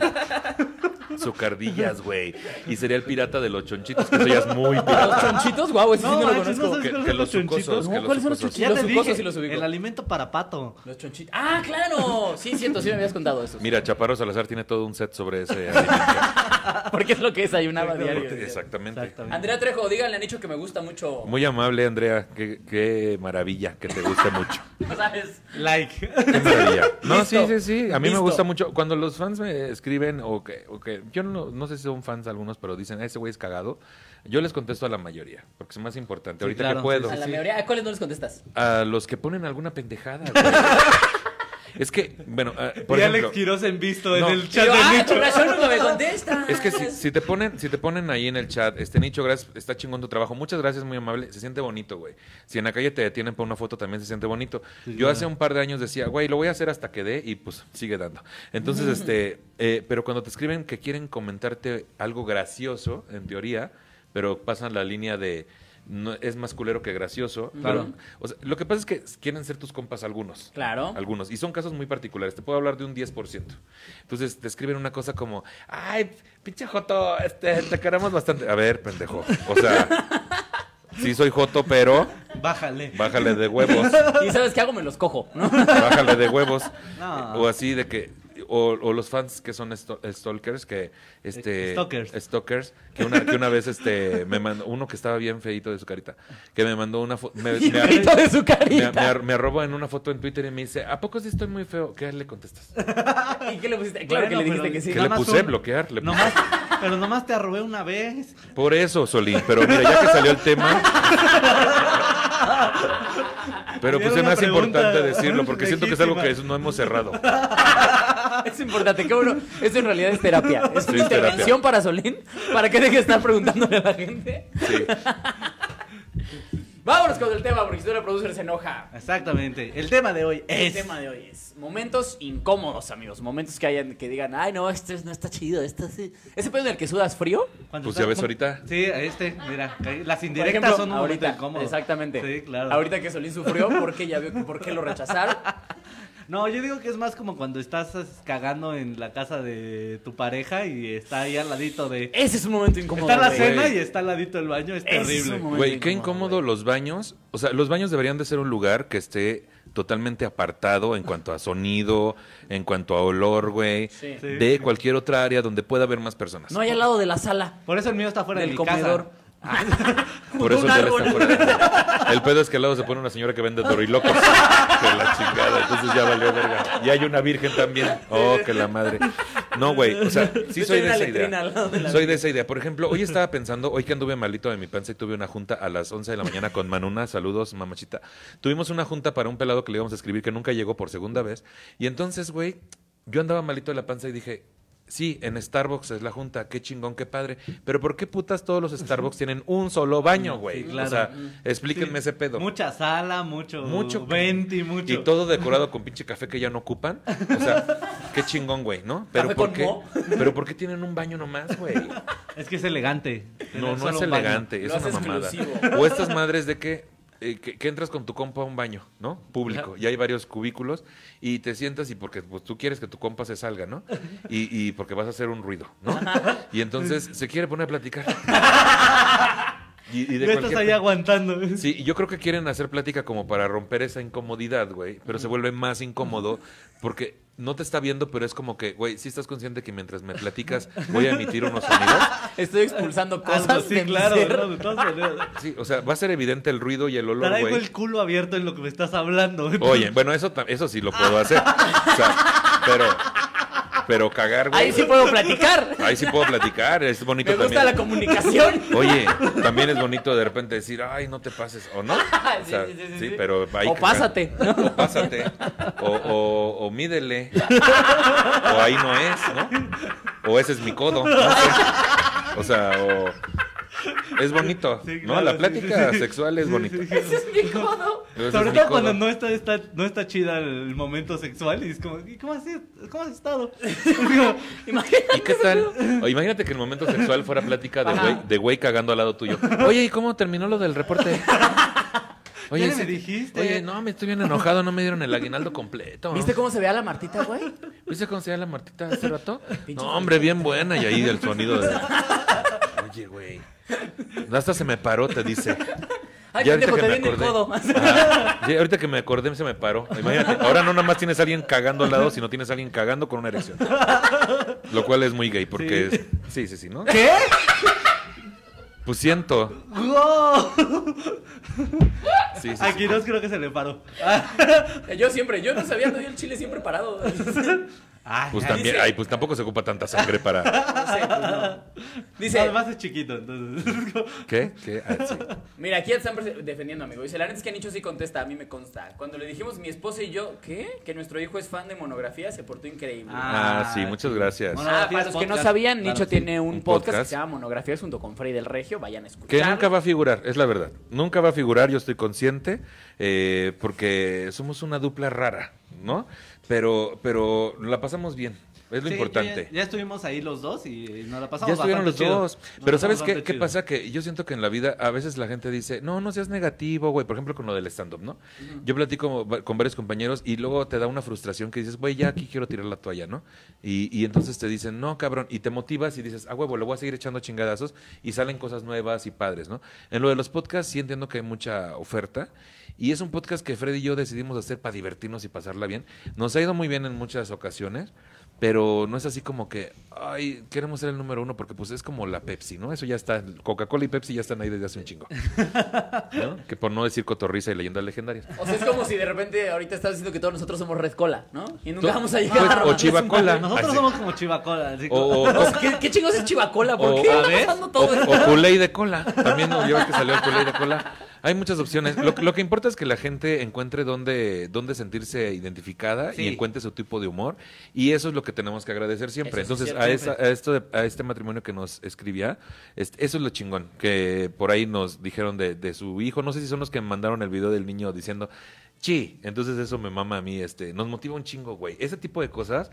S3: Su cardillas, güey. Y sería el pirata de los chonchitos, que eso ya es muy pirata.
S2: Los chonchitos, guau, ese sí
S1: No,
S2: no lo
S1: manches,
S2: conozco.
S1: no sé.
S3: Que, que los sucosos,
S1: No,
S3: que los
S2: ¿cuáles son los
S3: sucosos.
S2: chonchitos?
S1: Ya
S2: Los
S1: te
S2: sucosos
S1: dije,
S2: sí los ubico.
S1: el alimento para pato.
S2: Los chonchitos. ¡Ah, claro! Sí, cierto, sí me habías contado eso.
S3: Mira, Chaparro Salazar tiene todo un set sobre ese alimento.
S2: Porque es lo que desayunaba diario.
S1: Exactamente.
S3: Exactamente.
S1: Exactamente.
S2: Andrea Trejo, díganle a Nicho que me gusta mucho.
S3: Muy amable, Andrea. Qué, qué maravilla que te guste mucho.
S2: ¿No sabes?
S1: Like.
S3: Qué maravilla. No, sí,
S2: Listo.
S3: sí, sí. A mí
S2: Listo.
S3: me gusta mucho. Cuando los fans me escriben o que, o que- yo no, no sé si son fans algunos, pero dicen, "Ah, ese güey es cagado. Yo les contesto a la mayoría, porque es más importante.
S1: Sí,
S3: Ahorita
S1: claro,
S3: que puedo.
S2: A la
S1: Sí.
S2: mayoría. ¿A cuáles no les contestas?
S3: a los que ponen alguna pendejada. güey. es que, bueno, ah, por
S1: y
S3: ejemplo,
S1: Alex Quiroz en visto
S3: No.
S1: en el
S2: Y
S1: chat
S2: yo,
S1: de
S2: ¡Ah,
S1: Nicho.
S2: con razón nunca me contestas!
S3: es que si, si te ponen, si te ponen ahí en el chat, este nicho, gracias, está chingón tu trabajo, muchas gracias, muy amable, se siente bonito, güey. Si en la calle te detienen por una foto, también se siente bonito. Yo hace un par de años decía, güey, lo voy a hacer hasta que dé y pues sigue dando. Entonces, este, eh, pero cuando te escriben que quieren comentarte algo gracioso, en teoría, pero pasan la línea de no, es más culero que gracioso.
S1: Claro.
S3: pero, o sea, lo que pasa es que quieren ser tus compas algunos.
S2: Claro.
S3: Algunos. Y son casos muy particulares. Te puedo hablar de un 10%. Entonces te escriben una cosa como, ay, pinche Joto, este, te queremos bastante. A ver, pendejo. O sea, sí soy Joto, pero
S1: Bájale.
S3: bájale de huevos.
S2: ¿Y sabes qué hago? Me los cojo, ¿no?
S3: Bájale de huevos.
S1: No.
S3: O así de que... O, o los fans que son esto- stalkers, que este
S1: Eh, Stalkers.
S3: stalkers, que una, que una vez este me mandó, uno que estaba bien feito de su carita, que me mandó una foto. Me,
S2: Y
S3: me-
S2: grito de su
S3: me, me
S2: carita.
S3: ar- me arroba en una foto en Twitter y me dice, ¿a poco sí estoy muy feo? ¿Qué le contestas?
S2: ¿Y qué le pusiste? Claro que
S1: Bueno,
S2: le dijiste
S1: pero-
S2: que sí.
S3: Que
S1: Nada
S3: le
S1: más
S3: puse
S1: un-
S3: bloquear. le puse-
S1: Nomás, pero nomás te arrobé una vez.
S3: Por eso, Solín. Pero mira, ya que salió el tema, Pero pues
S1: Era
S3: se me
S1: una
S3: hace
S1: pregunta
S3: importante decirlo, porque siento que es algo que
S1: legítima.
S3: eso no hemos cerrado.
S2: Es importante, qué bueno. Esto en realidad es terapia. Es
S3: Sí,
S2: una
S3: es terapia.
S2: intervención para Solín para que deje de estar preguntándole a la gente.
S3: Sí.
S2: Vámonos con el tema, porque si no la producer se enoja.
S1: Exactamente. El tema de hoy es.
S2: El tema de hoy es momentos incómodos, amigos. Momentos que hayan que digan, ay, no, esto es- no está chido. Esto sí". Ese pedo en el que sudas frío.
S1: Cuando
S3: Pues
S1: está-
S3: ya ves ahorita.
S1: Sí, este, mira. Las
S2: por
S1: indirectas
S2: ejemplo,
S1: son un
S2: ahorita,
S1: momento incómodo.
S2: Exactamente.
S1: Sí, claro.
S2: Ahorita que Solín sufrió, porque ya vio que- por qué lo rechazaron.
S1: No, yo digo que es más como cuando estás as- cagando en la casa de tu pareja y está ahí al ladito de.
S2: Ese es un momento incómodo.
S1: Está la
S2: güey.
S1: cena y está al ladito el baño, es
S2: Ese es
S1: terrible.
S2: un momento
S3: Güey, qué incómodo
S2: güey.
S3: los baños. O sea, los baños deberían de ser un lugar que esté totalmente apartado en cuanto a sonido, en cuanto a olor, güey.
S2: Sí.
S1: Sí.
S3: De cualquier otra área donde pueda haber más personas.
S2: No hay al lado de la sala.
S1: Por eso el mío está fuera
S2: Del
S1: de mi
S2: comedor.
S1: casa. Ah,
S3: Por eso
S2: un
S3: el de él
S2: árbol.
S3: está fuera. El pedo es que al lado se pone una señora que vende dorilocos. Que la chingada. Entonces ya valió verga. Y hay una virgen también. Oh, que la madre. No, güey. O sea, sí
S2: Yo
S3: soy
S2: tengo
S3: de
S2: una
S3: esa
S2: letrina al lado de la
S3: idea. Soy de esa idea. Por ejemplo, hoy estaba pensando, hoy que anduve malito de mi panza y tuve una junta a las 11 de la mañana con Manuna. Saludos, mamachita. Tuvimos una junta para un pelado que le íbamos a escribir que nunca llegó por segunda vez. Y entonces, güey, yo andaba malito de la panza y dije. Sí, en Starbucks es la junta, qué chingón, qué padre. Pero ¿por qué putas todos los Starbucks tienen un solo baño, güey?
S1: Sí, claro.
S3: O sea, explíquenme
S1: Sí.
S3: ese pedo.
S1: Mucha sala, mucho.
S3: Mucho.
S1: Venti, mucho.
S3: Y todo decorado con pinche café que ya no ocupan. O sea, qué chingón, güey, ¿no? Pero
S2: ¿Café
S3: ¿por
S2: con
S3: qué?
S2: mo?
S3: Pero ¿por qué tienen un baño nomás, güey?
S1: Es que es elegante.
S3: No,
S1: Tener
S3: no
S1: solo
S3: es
S1: un baño.
S3: elegante, es
S2: Lo
S3: una
S2: hace
S3: mamada.
S2: exclusivo.
S3: O estas madres de que, eh, que, que entras con tu compa a un baño, ¿no? Público. Y hay varios cubículos y te sientas y porque pues, tú quieres que tu compa se salga, ¿no? Y, y porque vas a hacer un ruido, ¿no? Y entonces se quiere poner a platicar. Y, y de
S1: No estás
S3: cualquier-
S1: ahí aguantando.
S3: Sí, y yo creo que quieren hacer plática como para romper esa incomodidad, güey, pero se vuelve más incómodo porque no te está viendo, pero es como que, güey, si estás consciente que mientras me platicas voy a emitir unos sonidos.
S2: Estoy expulsando
S1: Algo
S2: cosas
S1: así,
S2: de mi
S1: Ah, claro.
S2: ser.
S1: ¿no? De todas maneras.
S3: Sí, o sea, va a ser evidente el ruido y el olor,
S1: Traigo
S3: güey.
S1: el culo abierto en lo que me estás hablando.
S3: Oye, bueno, eso, ta- eso sí lo puedo
S2: Ah.
S3: hacer. O sea, pero, pero cagar, güey.
S2: Ahí sí puedo platicar.
S3: ahí sí puedo platicar, es bonito
S2: Me gusta
S3: también.
S2: la comunicación.
S3: Oye, también es bonito de repente decir, ay, no te pases, ¿o no? O sea,
S2: Sí, sí, sí, sí, sí.
S3: pero ahí
S2: O
S3: cagar.
S2: pásate, ¿no?
S3: O pásate. O, o, o mídele. O ahí no es, ¿no? O ese es mi codo. no sé. O sea, o... Es bonito,
S1: Sí,
S3: ¿no?
S1: claro,
S3: La
S1: sí,
S3: plática
S1: sí, sí.
S3: sexual es bonita.
S2: Ese es mi codo.
S3: Pero ese
S1: Sobre
S3: es mi
S1: todo cuando
S3: codo.
S1: no está, está, no está chida el momento sexual y es como, ¿y cómo has, cómo has estado? Es como,
S2: Imagínate.
S3: ¿Y qué tal? O imagínate que el momento sexual fuera plática de
S2: Ajá.
S3: güey, de güey cagando al lado tuyo. Oye, ¿y cómo terminó lo del reporte?
S1: Ya ni me
S3: sí-
S1: dijiste.
S3: Oye, no, me estoy bien enojado, no me dieron el aguinaldo completo.
S2: ¿Viste cómo se ve a la Martita, güey?
S3: ¿Viste cómo se llama la Martita hace rato?
S2: Pinche
S3: No, hombre, bien buena. Y ahí el sonido de. Oye, güey. Hasta se me paró, te dice.
S2: Ay,
S3: Ya
S2: pendejo, te
S3: ahorita que
S2: viene
S3: me
S2: el codo.
S3: acordé. Ajá. Sí, ahorita que me acordé, se me paró. Imagínate. Ahora no nada más tienes a alguien cagando al lado, sino tienes a alguien cagando con una erección. Lo cual es muy gay, porque. es- Sí, sí, sí, ¿no?
S1: ¿Qué?
S3: Pues siento.
S1: ¡Wow!
S3: Sí, sí, sí.
S1: Aquí no creo que se le paró.
S2: Yo siempre, yo no sabía, no yo el chile siempre parado.
S1: Ay,
S3: Pues
S1: ay,
S3: también,
S2: dice-
S3: ay, pues tampoco se ocupa tanta sangre para.
S2: Dice,
S1: Además es chiquito, entonces. es como-
S3: ¿Qué? ¿Qué? Ah, sí.
S2: mira, aquí están prese- defendiendo, amigo. Dice, la neta es que han sí contesta, a mí me consta. Cuando le dijimos mi esposa y yo, ¿qué? Que nuestro hijo es fan de monografía, se portó increíble. Ah.
S3: Ah, sí, muchas gracias.
S1: Bueno,
S2: Ah,
S1: Monografía
S2: para
S1: es
S2: los que no
S1: podcast.
S2: sabían,
S1: Claro,
S2: Nicho
S1: sí.
S2: tiene un,
S3: Un
S2: podcast, que
S3: podcast.
S2: se llama Monografías junto con Freddy del Regio. Vayan a escuchar.
S3: Que nunca va a figurar, es la verdad. Nunca va a figurar, yo estoy consciente, eh, porque somos una dupla rara, ¿no? Pero, pero la pasamos bien, es lo
S1: Sí,
S3: importante.
S1: Ya, ya estuvimos ahí los dos y nos la pasamos
S3: Ya estuvieron
S1: bastante
S3: los
S1: chido.
S3: dos.
S1: Nos
S3: Pero
S1: pasamos
S3: ¿sabes qué,
S1: bastante
S3: qué
S1: chido. Ah,
S3: pasa? Que yo siento que en la vida a veces la gente dice, no, no seas negativo, güey. Por ejemplo, con lo del stand-up, ¿no? Yo platico va- con varios compañeros y luego te da una frustración que dices, güey, ya aquí quiero tirar la toalla, ¿no? Y, y entonces te dicen, no, cabrón. Y te motivas y dices, ah, huevo, le voy a seguir echando chingadazos y salen cosas nuevas y padres, ¿no? En lo de los podcasts sí entiendo que hay mucha oferta. Y es un podcast que Freddy y yo decidimos hacer para divertirnos y pasarla bien. Nos ha ido muy bien en muchas ocasiones. Pero no es así como que, ay, queremos ser el número uno porque pues es como la Pepsi, ¿no? Eso ya está, Coca-Cola y Pepsi ya están ahí desde hace un chingo. ¿no? Que por no decir cotorriza y leyendas legendarias.
S2: O sea, es como si de repente ahorita estás diciendo que todos nosotros somos Red Cola, ¿no? Y nunca
S3: To-
S2: vamos a
S3: pues,
S2: llegar.
S3: o Chivacola. Ah, Oh,
S1: Nosotros
S3: Así.
S1: somos como chivacola. así
S3: O,
S1: como-
S3: o, o-
S2: ¿Qué, qué chingos es Chivacola? ¿Por
S3: O-
S2: qué
S3: a
S2: está
S1: ver,
S2: pasando
S3: o,
S2: todo esto?
S3: o Kool-Aid de cola. También nos lleva que salió el Kool-Aid de cola. Hay muchas opciones. Lo, lo que importa es que la gente encuentre dónde, dónde sentirse identificada
S1: Sí.
S3: y encuentre su tipo de humor. Y eso es lo que tenemos que agradecer siempre.
S2: Eso sí es
S3: Entonces,
S2: cierto,
S3: a, esa- a esto de- a este matrimonio que nos escribía, este, eso es lo chingón. Que por ahí nos dijeron de, de su hijo. No sé si son los que me mandaron el video del niño diciendo, chi. Entonces, eso me mama a mí. Este, nos motiva un chingo, güey. Ese tipo de cosas.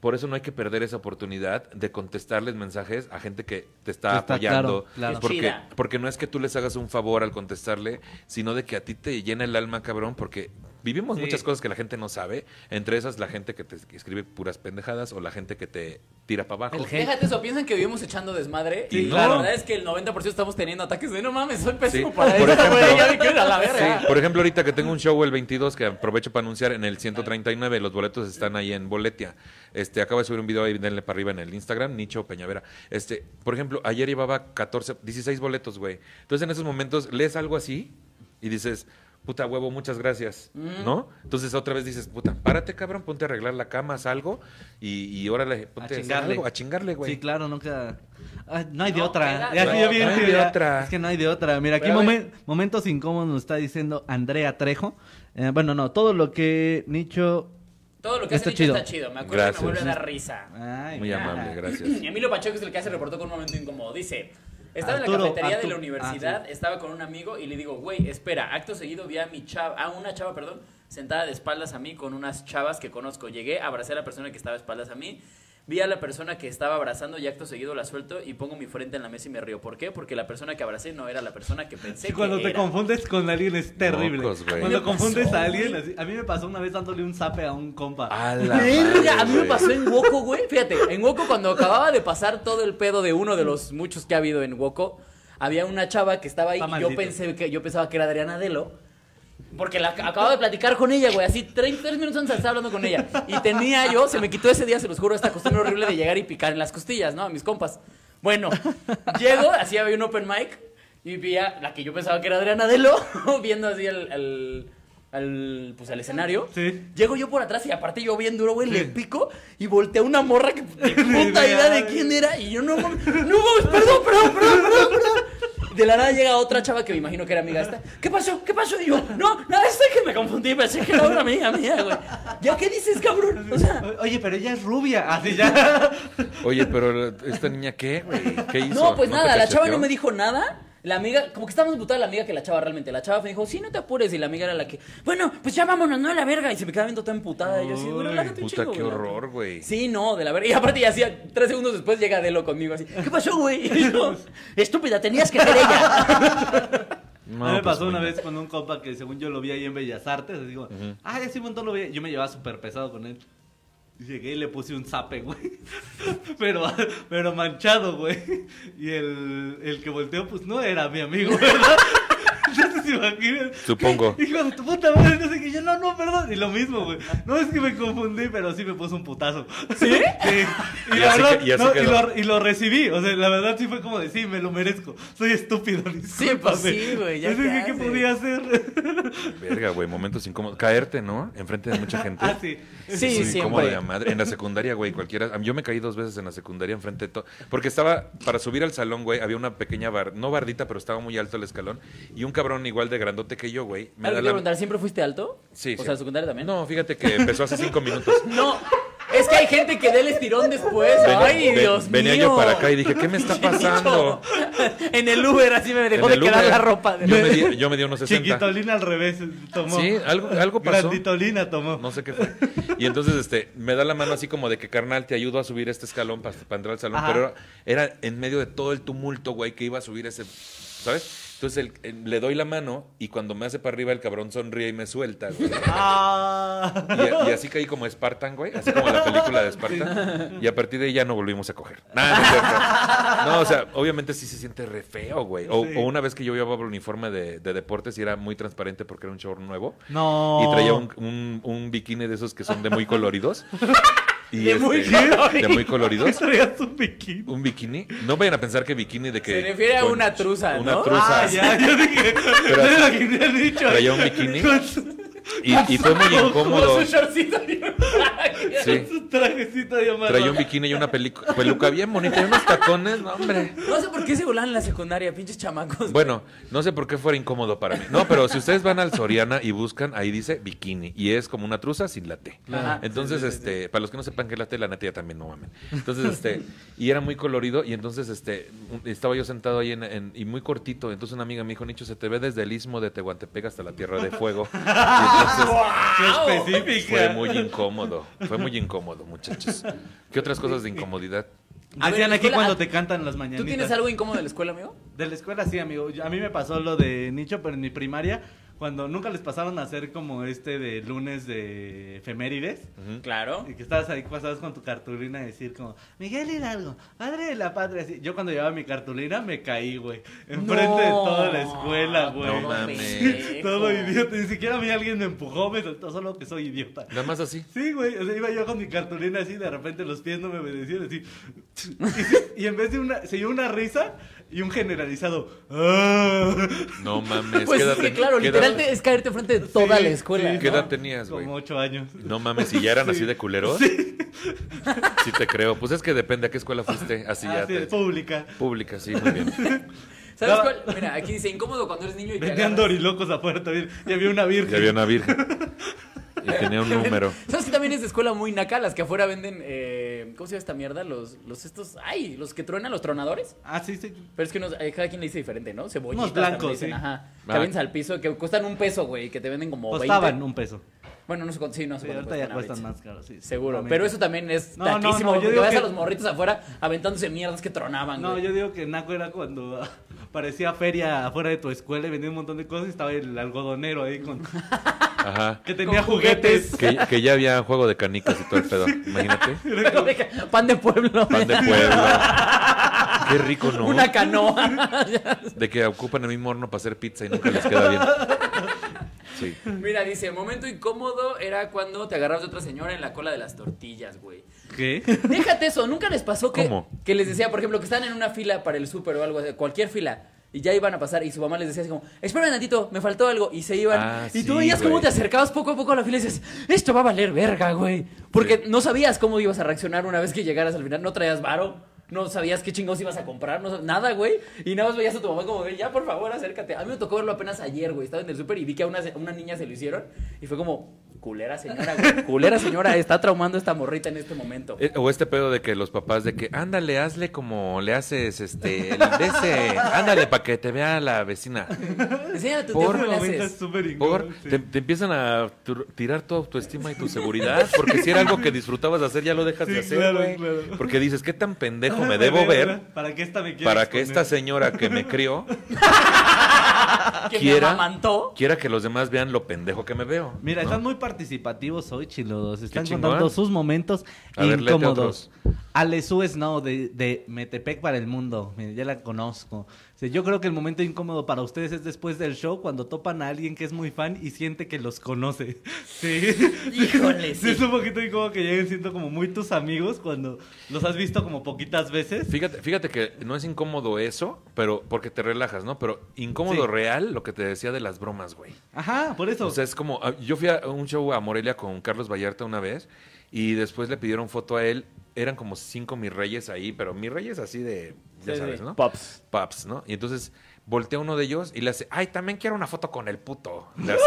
S3: Por eso no hay que perder esa oportunidad de contestarles mensajes a gente que te está,
S1: Está
S3: apoyando.
S1: claro, claro.
S3: Porque,
S2: Chida.
S3: porque no es que tú les hagas un favor al contestarle, sino de que a ti te llena el alma, cabrón, porque vivimos
S1: Sí.
S3: muchas cosas que la gente no sabe. Entre esas, la gente que te escribe puras pendejadas o la gente que te tira para abajo.
S1: hate.
S2: Déjate eso, piensan que vivimos echando desmadre.
S3: Ah, Sí,
S2: y
S3: claro.
S2: la verdad es que el 90% estamos teniendo ataques de no mames, soy
S3: Sí.
S2: pésimo para
S3: Por
S2: esto, güey, ya me
S3: ejemplo,
S2: quiero ir a la verga.
S3: sí, por ejemplo, ahorita que tengo un show el 22 que aprovecho para anunciar en el 139, los boletos están ahí en Boletia. Este, acabo de subir un video ahí, denle para arriba en el Instagram, Nicho Peñavera. Este, por ejemplo, ayer llevaba 14, 16 boletos, güey. Entonces, en esos momentos lees algo así y dices, puta huevo, muchas gracias,
S2: Mm.
S3: ¿no? Entonces, otra vez dices, puta, párate, cabrón, ponte a arreglar la cama, haz algo y, y órale, ponte a, hacer
S1: chingarle.
S3: algo, a chingarle, güey.
S1: Sí, claro, nunca. Ah, no hay de
S2: No,
S1: otra.
S2: era-
S1: Ya, sí,
S3: no,
S1: yo vi
S3: no
S1: en
S3: hay
S1: tu
S3: de
S1: idea.
S3: otra.
S1: Es que no hay de otra. Mira, aquí
S2: Pero a
S1: momen- momentos incómodos nos está diciendo Andrea Trejo. Eh, bueno, no, todo lo que Nicho.
S2: Todo lo que
S1: Está
S2: hace Nicho
S1: chido.
S2: está chido. Me acuerdo que
S3: Gracias.
S2: me vuelve a dar risa.
S1: Ay,
S3: Muy
S1: mira.
S3: amable, gracias.
S2: Y Emilio Pacheco es el que hace reportó con un momento incómodo. Dice, estaba en
S1: Arturo,
S2: la cafetería de la
S1: Artu-
S2: universidad,
S1: ah,
S2: estaba con un amigo y le digo, güey, espera, acto seguido vi a mi chava, a una chava, perdón, sentada de espaldas a mí con unas chavas que conozco. Llegué, abracé a la persona que estaba de espaldas a mí. Vi a la persona que estaba abrazando y acto seguido la suelto y pongo mi frente en la mesa y me río. ¿Por qué? Porque la persona que abracé no era la persona que pensé
S1: Sí, cuando
S2: que
S1: te
S2: era.
S1: confundes con alguien es terrible.
S3: Locos, güey.
S1: cuando
S2: ¿Qué
S1: confundes
S2: pasó,
S1: a alguien,
S2: güey?
S1: así- a mí me pasó una vez dándole un zape a un compa.
S3: A la madre,
S2: Verga, a mí me
S3: güey.
S2: pasó en Woco, güey. Fíjate, en Woco cuando acababa de pasar todo el pedo de uno de los muchos que ha habido en Woco, había una chava que estaba ahí
S1: Está
S2: y yo
S1: maldito.
S2: pensé que yo pensaba que era Adriana Delo. Porque la, acabo de platicar con ella, güey. Así, 33 minutos antes estaba hablando con ella. Y tenía yo, se me quitó ese día, se los juro, esta costumbre horrible de llegar y picar en las costillas, ¿no? A mis compas. Bueno, llego, así había un open mic. Y vi a la que yo pensaba que era Adriana Delo, viendo así al, al, al, pues, al escenario.
S1: Sí.
S2: Llego yo por atrás y aparte yo bien duro, güey, le pico y volteé a una morra que de puta idea de quién era y yo no mames, no mames, perdón, perdón, perdón, perdón, perdón. De la nada llega otra chava que me imagino que era amiga esta. ¿Qué pasó? ¿Qué pasó? Y yo, no, nada, es que me confundí, pensé que era una amiga mía, güey. ¿Ya qué dices, cabrón? O sea,
S1: O- Oye, pero ella es rubia. Así ya.
S3: Oye, pero esta niña qué, güey? ¿Qué hizo?
S2: No, pues
S3: te
S2: nada, la chava
S3: cacheteó?
S2: no me dijo nada. La amiga, como que estábamos butada la amiga que la chava realmente. La chava me dijo, sí, no te apures. Y la amiga era la que, bueno, pues ya vámonos, no a la verga. Y se me quedaba viendo tan emputada. Y yo así,
S1: Uy,
S2: bueno, relájate un
S3: Puta,
S2: chingo,
S3: qué
S2: güey.
S3: horror, güey.
S2: Sí, no, de la verga. Y aparte, ya hacía tres segundos después llega Delo conmigo así. ¿Qué pasó, güey? Y yo, Estúpida, tenías que ser ella.
S3: No,
S1: a mí me
S3: pues,
S1: pasó una
S3: güey.
S1: vez con un compa que según yo lo vi ahí en Bellas Artes, así como, ah, ese montón lo vi. Yo me llevaba súper pesado con él. Y llegué y le puse un zape, güey. Pero, pero manchado, güey. Y el, el que volteó, pues no era mi amigo, ¿verdad? Entonces imaginas.
S3: Supongo.
S1: ¿Qué? Hijo de tu puta madre, no sé qué. Y Yo, no, no, perdón. Y lo mismo, güey. No es que me confundí, pero sí me puso un putazo. ¿Sí? Y,
S3: Y
S1: la
S3: así
S1: verdad,
S3: que- y así
S1: no, y,
S3: quedó.
S1: lo, y lo recibí. O sea, la verdad sí fue como de, sí, me lo merezco. Soy estúpido,
S2: Sí, pues
S1: discúlpame".
S2: sí, güey, ya
S1: Yo dije,
S2: qué
S1: ¿qué
S2: haces?
S1: podía hacer?
S3: Verga, güey, momentos incómodos. Caerte, ¿no? Enfrente de mucha gente.
S1: ah, sí.
S2: Sí,
S3: Es
S2: siempre.
S3: incómodo de la madre. En la secundaria, güey, cualquiera. Yo me caí dos veces en la secundaria enfrente de todo. Porque estaba, para subir al salón, güey, había una pequeña bar, no bardita, pero estaba muy alto el escalón. Y un cabrón igual de grandote que yo, güey. me
S2: Algo
S3: da
S2: que
S3: la-
S2: preguntar, ¿siempre fuiste alto?
S3: Sí,
S2: O
S3: sí.
S2: sea, secundaria también.
S3: No, fíjate que empezó hace cinco minutos.
S2: No. Es que hay gente que da el estirón después.
S3: Venía-
S2: Ay,
S3: ven-
S2: Dios
S3: venía
S2: mío.
S3: yo para acá y dije, ¿qué me está pasando?
S2: en el Uber así me dejó
S3: En
S2: de
S3: el
S2: quedar
S3: Uber,
S2: la ropa.
S3: Yo me di, yo me di unos 60.
S1: Chiquitolina al revés tomó.
S3: Sí, algo- algo pasó.
S1: Granditolina tomó.
S3: No sé qué fue. Y entonces este, me da la mano así como de que, carnal, te ayudo a subir este escalón para entrar al salón.
S1: Ajá.
S3: Pero era, era en medio de todo el tumulto, güey, que iba a subir ese. ¿Sabes? Entonces el- el- le doy la mano y cuando me hace para arriba, el cabrón sonríe y me suelta, güey.
S1: Ah.
S3: Y, y así caí como Spartan, güey, así como la película de Spartan. Y a partir de ahí ya no volvimos a coger. Nah, no, es cierto. No, o sea, obviamente sí se siente re feo, güey. O,
S1: Sí.
S3: o una vez que yo llevaba el uniforme de, de deportes y era muy transparente porque era un show nuevo.
S1: No.
S3: Y traía un, un, un bikini de esos que son de muy coloridos. Y este,
S2: De muy
S3: de muy coloridos.
S1: Traía su bikini.
S3: Un bikini. No vayan a pensar que bikini de que.
S2: Se refiere a
S3: con-
S2: una trusa,
S3: Una
S2: ¿no?
S3: trusa.
S1: Ah, ya, yo dije.
S3: Pero-
S1: no era lo que me habían dicho.
S3: traía un bikini.
S1: Con su-
S3: Y, y fue muy incómodo.
S2: Con su shortcito y un traje.
S3: Sí.
S1: Su trajecito de amarrar.
S3: Traía un bikini y una pelic- peluca bien bonita y unos tacones, no, hombre.
S2: No sé por qué se volaban en la secundaria, pinches chamacos.
S3: Bueno, no sé por qué fuera incómodo para mí. No, pero si ustedes van al Soriana y buscan, ahí dice bikini. Y es como una truza sin la T.
S2: Ajá.
S3: Entonces, este, para los que no sepan qué es la T, la neta ya también no mamen. Entonces, este, y era muy colorido. Y entonces, este, un- estaba yo sentado ahí en, en- y muy cortito. Entonces una amiga me dijo, Nicho, se te ve desde el istmo de Tehuantepec hasta la Tierra de Fuego. Y entonces,
S1: ¡Qué específica!
S3: fue muy incómodo. Fue muy incómodo, muchachos. ¿Qué otras cosas de incomodidad?
S1: Hacían aquí
S2: Escuela,
S1: cuando
S2: ah,
S1: te cantan las mañanitas.
S2: ¿Tú tienes algo incómodo de la escuela, amigo?
S1: De la escuela sí, amigo. Yo- A mí me pasó lo de Nicho, pero en mi primaria, cuando nunca les pasaron a hacer como este de lunes de efemérides.
S3: Ujú.
S2: Claro.
S1: Y que estabas ahí pasabas con tu cartulina y decir como, Miguel Hidalgo, padre de la patria. Así. Yo cuando llevaba mi cartulina me caí, güey. Enfrente de toda la escuela, güey.
S3: no mames.
S1: Sí, Todo idiota. Ni siquiera a mí alguien me empujó, me soltó solo que soy idiota.
S3: Nada más así.
S1: Sí, güey. O sea, iba yo con mi cartulina así, de repente los pies no me obedecían, así. Y, en vez de una, se dio una risa y un generalizado. "Ah".
S3: No mames.
S2: Pues
S3: ¿qué
S2: es
S3: edad
S2: que
S3: ten-
S2: claro,
S3: qué edad-
S2: literal te- es caerte frente de toda
S1: Sí,
S2: la escuela.
S1: sí,
S2: ¿no?
S3: ¿Qué edad tenías, güey?
S1: Como ocho años.
S3: No mames, si ya eran
S1: Sí.
S3: así de culeros. Sí. te creo. Pues es que depende a qué escuela fuiste. Así
S1: Ah,
S3: ya
S1: sí,
S3: te-
S1: pública.
S3: Pública, sí, muy bien.
S2: ¿Sabes
S1: No.
S2: cuál? Mira, aquí dice incómodo cuando eres niño y te
S1: Vendían
S2: agarras.
S1: dorilocos a puerta. Vir- Y había una virgen.
S3: Ya había una virgen. Y tenía un número.
S2: ¿Sabes que también es de escuela muy naca? Las que afuera venden, eh, ¿cómo se llama esta mierda? Los, los estos, ay, los que truenan, los tronadores.
S1: Ah, sí, sí.
S2: Pero es que unos- eh, cada quien le dice diferente, ¿no? Cebollitas
S1: Unos blancos,
S2: también dicen,
S1: sí.
S2: Ajá.
S3: Ah.
S2: Cabinas al piso, que cuestan un peso, güey, que te venden como
S1: Costaban
S2: 20.
S1: un peso.
S2: Bueno, no sé cuánto, sí, no
S1: Sí,
S2: sé cuánto
S1: ahorita ya
S2: cuestan ahorita.
S1: cuestan más caro, sí.
S2: Seguro,
S1: seguramente.
S2: pero eso también es
S1: No, no,
S2: taquísimo,
S1: no, yo
S2: porque
S1: digo
S2: ves a
S1: que-
S2: los morritos afuera aventándose mierdas que tronaban,
S1: No,
S2: güey.
S1: yo digo que Naco era cuando parecía feria afuera de tu escuela y vendía un montón de cosas y estaba el algodonero ahí con...
S3: Ajá.
S1: que tenía
S2: Con
S1: juguetes.
S3: Que, que ya había juego de canicas y todo el pedo. Imagínate.
S2: Pan de pueblo.
S3: Pan de pueblo. Qué rico, ¿no?
S2: Una canoa.
S3: De que ocupan el mismo horno para hacer pizza y nunca les queda bien. Sí.
S2: Mira, dice, el momento incómodo era cuando te agarrabas de otra señora en la cola de las tortillas, güey.
S1: ¿Qué?
S2: Déjate eso, nunca les pasó que,
S3: ¿Cómo?
S2: que les decía, por ejemplo, que estaban en una fila para el súper o algo, así, cualquier fila, y ya iban a pasar, y su mamá les decía así como, esperen tantito, me faltó algo, y se iban.
S3: Ah,
S2: y tú
S3: sí,
S2: veías cómo
S3: güey.
S2: te acercabas poco a poco a la fila y dices, esto va a valer verga, güey. Porque
S3: Sí.
S2: no sabías cómo ibas a reaccionar una vez que llegaras al final, no traías varo. No sabías qué chingados ibas a comprar, no sab- nada, güey. Y nada más veías a tu mamá como, güey, ya, por favor, acércate. A mí me tocó verlo apenas ayer, güey. Estaba en el súper y vi que a una, se- a una niña se lo hicieron. Y fue como, culera señora, güey. Culera señora, está traumando esta morrita en este momento.
S3: Eh, O este pedo de que los papás de que, ándale, hazle como le haces, este, el de ese, ándale, para que te vea la vecina.
S2: Enséñale a tu
S3: Por
S2: tío cómo le
S1: momento es
S2: haces.
S1: súper
S3: Por,
S1: incómodo, sí.
S3: te, te empiezan a tu- tirar toda tu estima y tu seguridad, porque si era algo que disfrutabas de hacer, ya lo dejas
S1: Sí,
S3: de hacer,
S1: claro,
S3: güey.
S1: claro. Ah,
S3: Porque dices, ¿qué tan pendejo
S1: Ajá,
S3: me debo
S1: para-
S3: ver
S1: Para que esta me quiera
S3: para que esta
S1: exponer?
S3: señora que me crió
S2: Que me
S3: quiera-
S2: amamantó.
S3: quiera que los demás vean lo pendejo que me veo?
S1: Mira,
S3: ¿no?
S1: están muy participativos hoy, chiludos. Están
S3: chingón.
S1: contando sus momentos
S3: A ver, léete
S1: incómodos. Ale Suez, no, de, de Metepec para el mundo. Mira, ya la conozco. Dice, yo creo que el momento incómodo para ustedes es después del show, cuando topan a alguien que es muy fan y siente que los conoce. Sí.
S2: Híjole,
S1: Sí,
S2: sí.
S1: es un poquito incómodo que lleguen siendo como muy tus amigos cuando los has visto como poquitas veces.
S3: Fíjate, fíjate que no es incómodo eso, pero porque te relajas, ¿no? Pero incómodo
S1: Sí.
S3: real lo que te decía de las bromas, güey.
S1: Ajá, por eso.
S3: O sea, es como. ah, Yo fui a un show a Morelia con Carlos Vallarta una vez y después le pidieron foto a él. Eran como cinco mis reyes ahí, pero mis reyes así de. Ya
S2: Sí,
S3: sabes,
S2: sí.
S3: ¿no?
S2: Pops.
S3: Paps, ¿no? Y entonces voltea uno de ellos y le hace, ay, también quiero una foto con el puto. Le hace.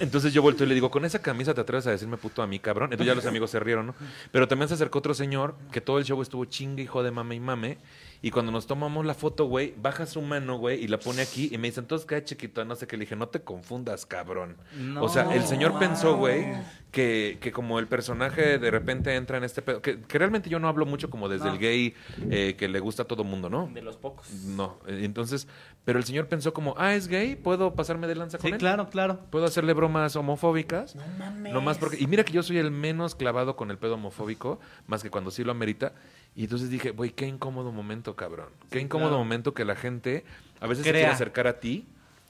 S3: Entonces yo volteo y le digo, con esa camisa te atreves a decirme puto a mí, cabrón. Entonces ya los amigos se rieron, ¿no? Pero también se acercó otro señor que todo el show estuvo chingue, hijo de mame y mame. Y cuando nos tomamos la foto, güey, baja su mano, güey, y la pone aquí y me dice, entonces queda chiquito, no sé qué. Le dije, no te confundas, cabrón.
S1: No,
S3: o sea, el señor
S1: wow.
S3: pensó, güey, que, que como el personaje de repente entra en este pedo, que, que realmente yo no hablo mucho como desde
S1: No.
S3: el gay eh, que le gusta a todo mundo, ¿no?
S2: De los pocos.
S3: No, eh, entonces, pero el señor pensó como, ah, es gay, puedo pasarme de lanza con
S1: sí,
S3: él.
S1: claro, claro.
S3: Puedo hacerle bromas homofóbicas.
S2: No mames.
S3: Nomás porque. Y mira que yo soy el menos clavado con el pedo homofóbico, más que cuando sí lo amerita. Y entonces dije, güey, qué incómodo momento, cabrón. Qué incómodo
S1: claro.
S3: momento que la gente a veces se
S1: Crea.
S3: quiere acercar a ti,